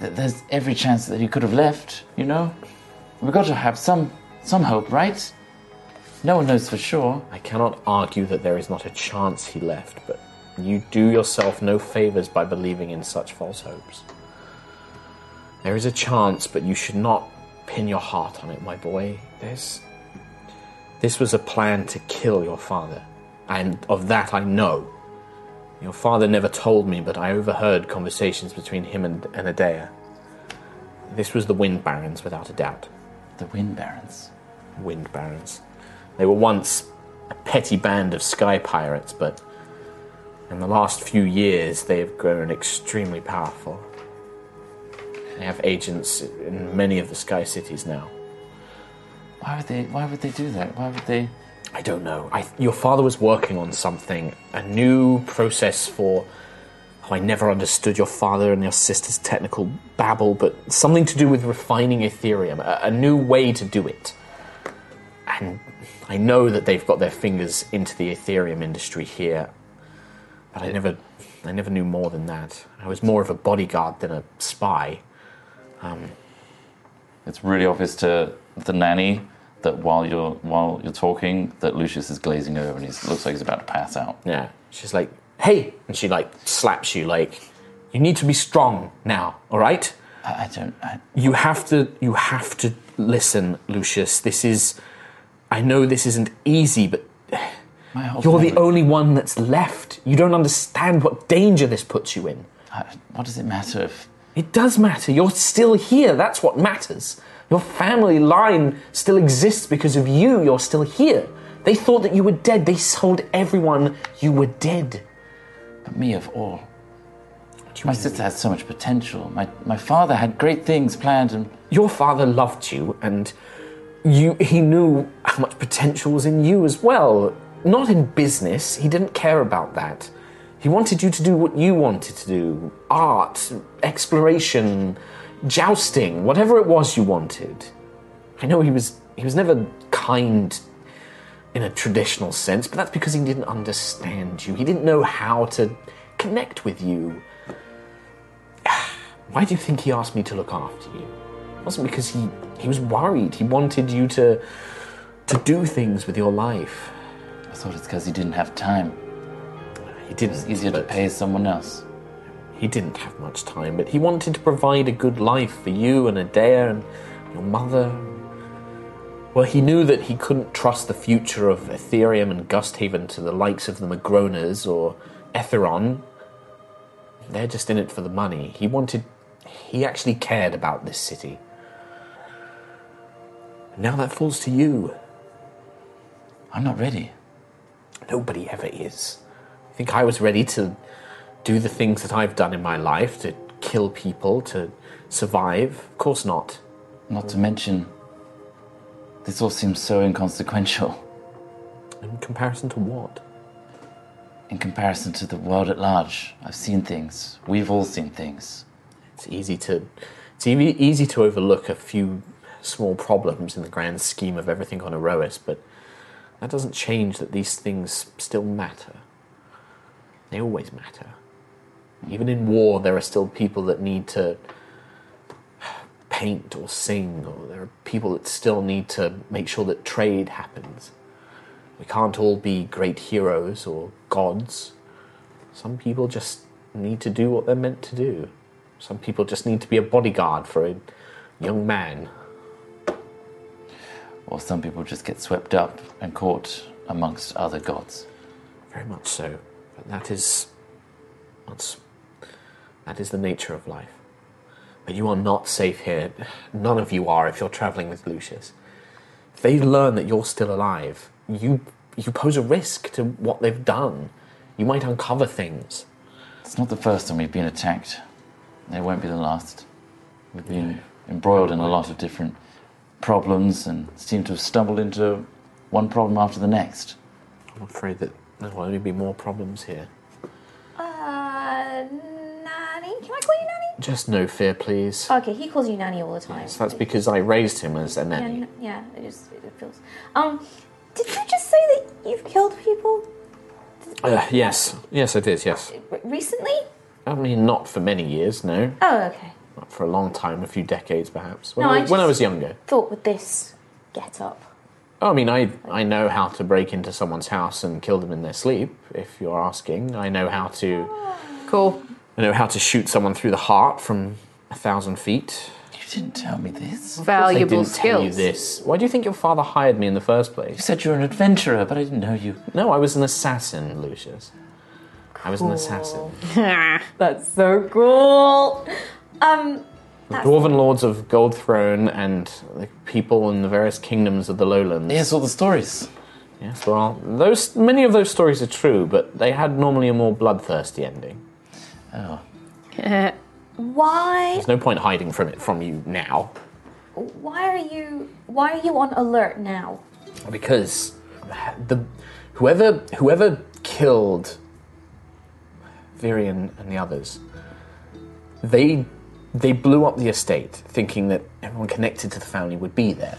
Speaker 4: Th- There's every chance that he could have left. You know, we got to have some some hope, right? No one knows for sure.
Speaker 10: I cannot argue that there is not a chance he left, but you do yourself no favors by believing in such false hopes. There is a chance, but you should not pin your heart on it, my boy. There's. This was a plan to kill your father, and of that I know. Your father never told me, but I overheard conversations between him and, and Adea. This was the Wind Barons, without a doubt.
Speaker 4: The Wind Barons?
Speaker 10: Wind Barons. They were once a petty band of sky pirates, but in the last few years they have grown extremely powerful. They have agents in many of the sky cities now.
Speaker 4: Why would they? Why would they do that? Why would they?
Speaker 10: I don't know. I, your father was working on something, a new process for. Oh, I never understood your father and your sister's technical babble, but something to do with refining Ethereum, a, a new way to do it. And I know that they've got their fingers into the Ethereum industry here, but I never, I never knew more than that. I was more of a bodyguard than a spy. Um,
Speaker 4: It's really obvious to the nanny that while you're while you're talking, that Lucius is glazing over and he looks like he's about to pass out.
Speaker 10: Yeah, she's like, "Hey!" and she like slaps you, like, "You need to be strong now, all right?"
Speaker 4: I, I don't. I,
Speaker 10: you have to you have to listen lucius this is i know this isn't easy but
Speaker 4: My whole
Speaker 10: you're the
Speaker 4: family-
Speaker 10: only one that's left you don't understand what danger this puts you in
Speaker 4: I- Uh, what does it matter if
Speaker 10: it does matter you're still here that's what matters your family line still exists because of you you're still here they thought that you were dead they told everyone you were dead
Speaker 4: but me of all? My sister had so much potential. My my father had great things planned, and
Speaker 10: your father loved you and you he knew how much potential was in you as well not in business he didn't care about that he wanted you to do what you wanted to do art exploration jousting whatever it was you wanted i know he was he was never kind in a traditional sense but that's because he didn't understand you he didn't know how to connect with you why do you think he asked me to look after you it wasn't because he, he was worried. He wanted you to to do things with your life.
Speaker 4: I thought it's because he didn't have time.
Speaker 10: He didn't.
Speaker 4: It's easier to pay someone else.
Speaker 10: He didn't have much time, but he wanted to provide a good life for you and Adair and your mother. Well, he knew that he couldn't trust the future of Ethereum and Gusthaven to the likes of the Magronas or Etheron. They're just in it for the money. He wanted. He actually cared about this city. Now that falls to you.
Speaker 4: I'm not ready.
Speaker 10: Nobody ever is. I think I was ready to do the things that I've done in my life to kill people, to survive. Of course not.
Speaker 4: Not to mention, this all seems so inconsequential
Speaker 10: In comparison to what?
Speaker 4: in comparison to the world at large. I've seen things. We've all seen things.
Speaker 10: It's easy to it's e- easy to overlook a few small problems in the grand scheme of everything on Erois, but that doesn't change that these things still matter. They always matter. Even in war, there are still people that need to paint or sing, or there are people that still need to make sure that trade happens. We can't all be great heroes or gods. Some people just need to do what they're meant to do. Some people just need to be a bodyguard for a young man.
Speaker 4: Or some people just get swept up and caught amongst other gods.
Speaker 10: Very much so. But that is. That's, that is the nature of life. But you are not safe here. None of you are if you're traveling with Lucius. If they learn that you're still alive, you, you pose a risk to what they've done. You might uncover things.
Speaker 4: It's not the first time we've been attacked. It won't be the last. We've been embroiled in a lot of different problems and seem to have stumbled into one problem after the next.
Speaker 10: I'm afraid that there will only be more problems here.
Speaker 9: Uh, nanny? Can I call you nanny?
Speaker 10: Just no fear, please.
Speaker 9: Okay, he calls you nanny all the time.
Speaker 10: So that's because I raised him as a
Speaker 9: Yeah,
Speaker 10: nanny.
Speaker 9: n- yeah, it just it feels. Um, did you just say that you've killed people
Speaker 10: Uh, yes, yes, it is. Yes,
Speaker 9: r- recently?
Speaker 10: I mean not for many years, no.
Speaker 9: Oh, okay.
Speaker 10: Not for a long time, a few decades perhaps. When,
Speaker 9: No,
Speaker 10: I,
Speaker 9: I
Speaker 10: when I
Speaker 9: just-
Speaker 10: was younger.
Speaker 9: Thought with this get up.
Speaker 10: Oh, I mean, I, I know how to break into someone's house and kill them in their sleep. If you're asking, I know how to.
Speaker 6: Cool.
Speaker 10: I know how to shoot someone through the heart from a thousand feet. You
Speaker 4: didn't tell me this.
Speaker 10: I
Speaker 6: Valuable
Speaker 10: didn't Tell you
Speaker 6: skills.
Speaker 10: this. Why do you think your father hired me in the first place? You
Speaker 4: said you were an adventurer, but I didn't know you.
Speaker 10: No, I was an assassin, Lucius. I was an assassin.
Speaker 6: That's so cool.
Speaker 9: Um,
Speaker 10: The dwarven lords of Gold Throne and the people in the various kingdoms of the lowlands.
Speaker 4: Yes, all the stories.
Speaker 10: Yes, well, those many of those stories are true, but they had normally a more bloodthirsty ending.
Speaker 4: Oh.
Speaker 9: Why?
Speaker 10: There's no point hiding from it from you now,
Speaker 9: Why are you? Why are you on alert now?
Speaker 10: because the whoever whoever killed Virion and the others, they they blew up the estate, thinking that everyone connected to the family would be there.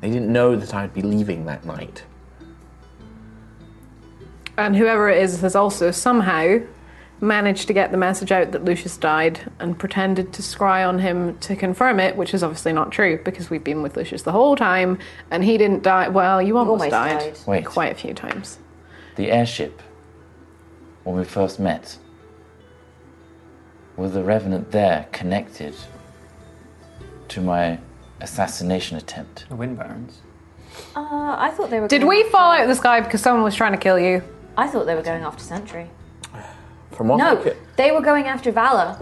Speaker 10: They didn't know that I'd be leaving that night.
Speaker 5: And whoever it is has also somehow managed to get the message out that Lucius died and pretended to scry on him to confirm it, which is obviously not true because we've been with Lucius the whole time and he didn't die. Well, you
Speaker 4: almost
Speaker 5: almost, died,
Speaker 4: died. Wait.
Speaker 5: quite a few times.
Speaker 4: The airship, when we first met, was the revenant there connected to my assassination attempt?
Speaker 2: The Wind Barons.
Speaker 9: Uh, I thought they were.
Speaker 5: Did
Speaker 9: going-
Speaker 5: we fall out of the sky because someone was trying to kill you?
Speaker 9: I thought they were going after Sentry.
Speaker 10: From what?
Speaker 9: No, they were going after Valor.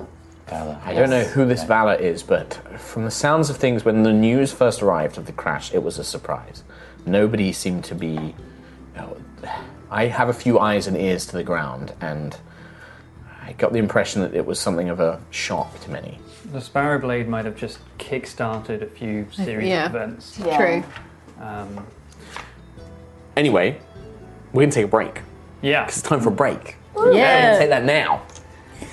Speaker 10: I don't know who this Valor is, but from the sounds of things, when the news first arrived of the crash, it was a surprise. Nobody seemed to be. oh, I have a few eyes and ears to the ground, and I got the impression that it was something of a shock to many.
Speaker 2: The Sparrow Blade might have just kick-started a few series
Speaker 5: yeah.
Speaker 2: of events.
Speaker 5: Yeah. True.
Speaker 2: Um,
Speaker 10: Anyway, we're going to take a break.
Speaker 2: Yeah.
Speaker 10: It's time for a break.
Speaker 2: Ooh.
Speaker 10: We're going
Speaker 2: Yeah.
Speaker 10: to take that now.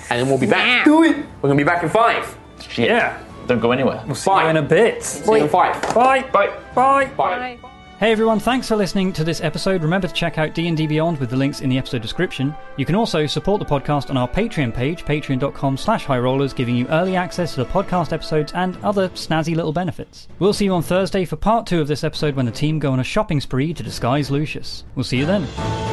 Speaker 10: And then we'll be back.
Speaker 2: Do
Speaker 10: it. We're going to be back in five.
Speaker 4: Shit.
Speaker 2: Yeah.
Speaker 4: Don't go anywhere.
Speaker 2: We'll see you in a bit.
Speaker 10: See you in five.
Speaker 2: Bye. Bye. Bye.
Speaker 10: Bye.
Speaker 7: Hey everyone, thanks for listening to this episode. Remember to check out D&D Beyond with the links in the episode description. You can also support the podcast on our Patreon page, patreon.com slash highrollers, giving you early access to the podcast episodes and other snazzy little benefits. We'll see you on Thursday for part two of this episode when the team go on a shopping spree to disguise Lucius. We'll see you then.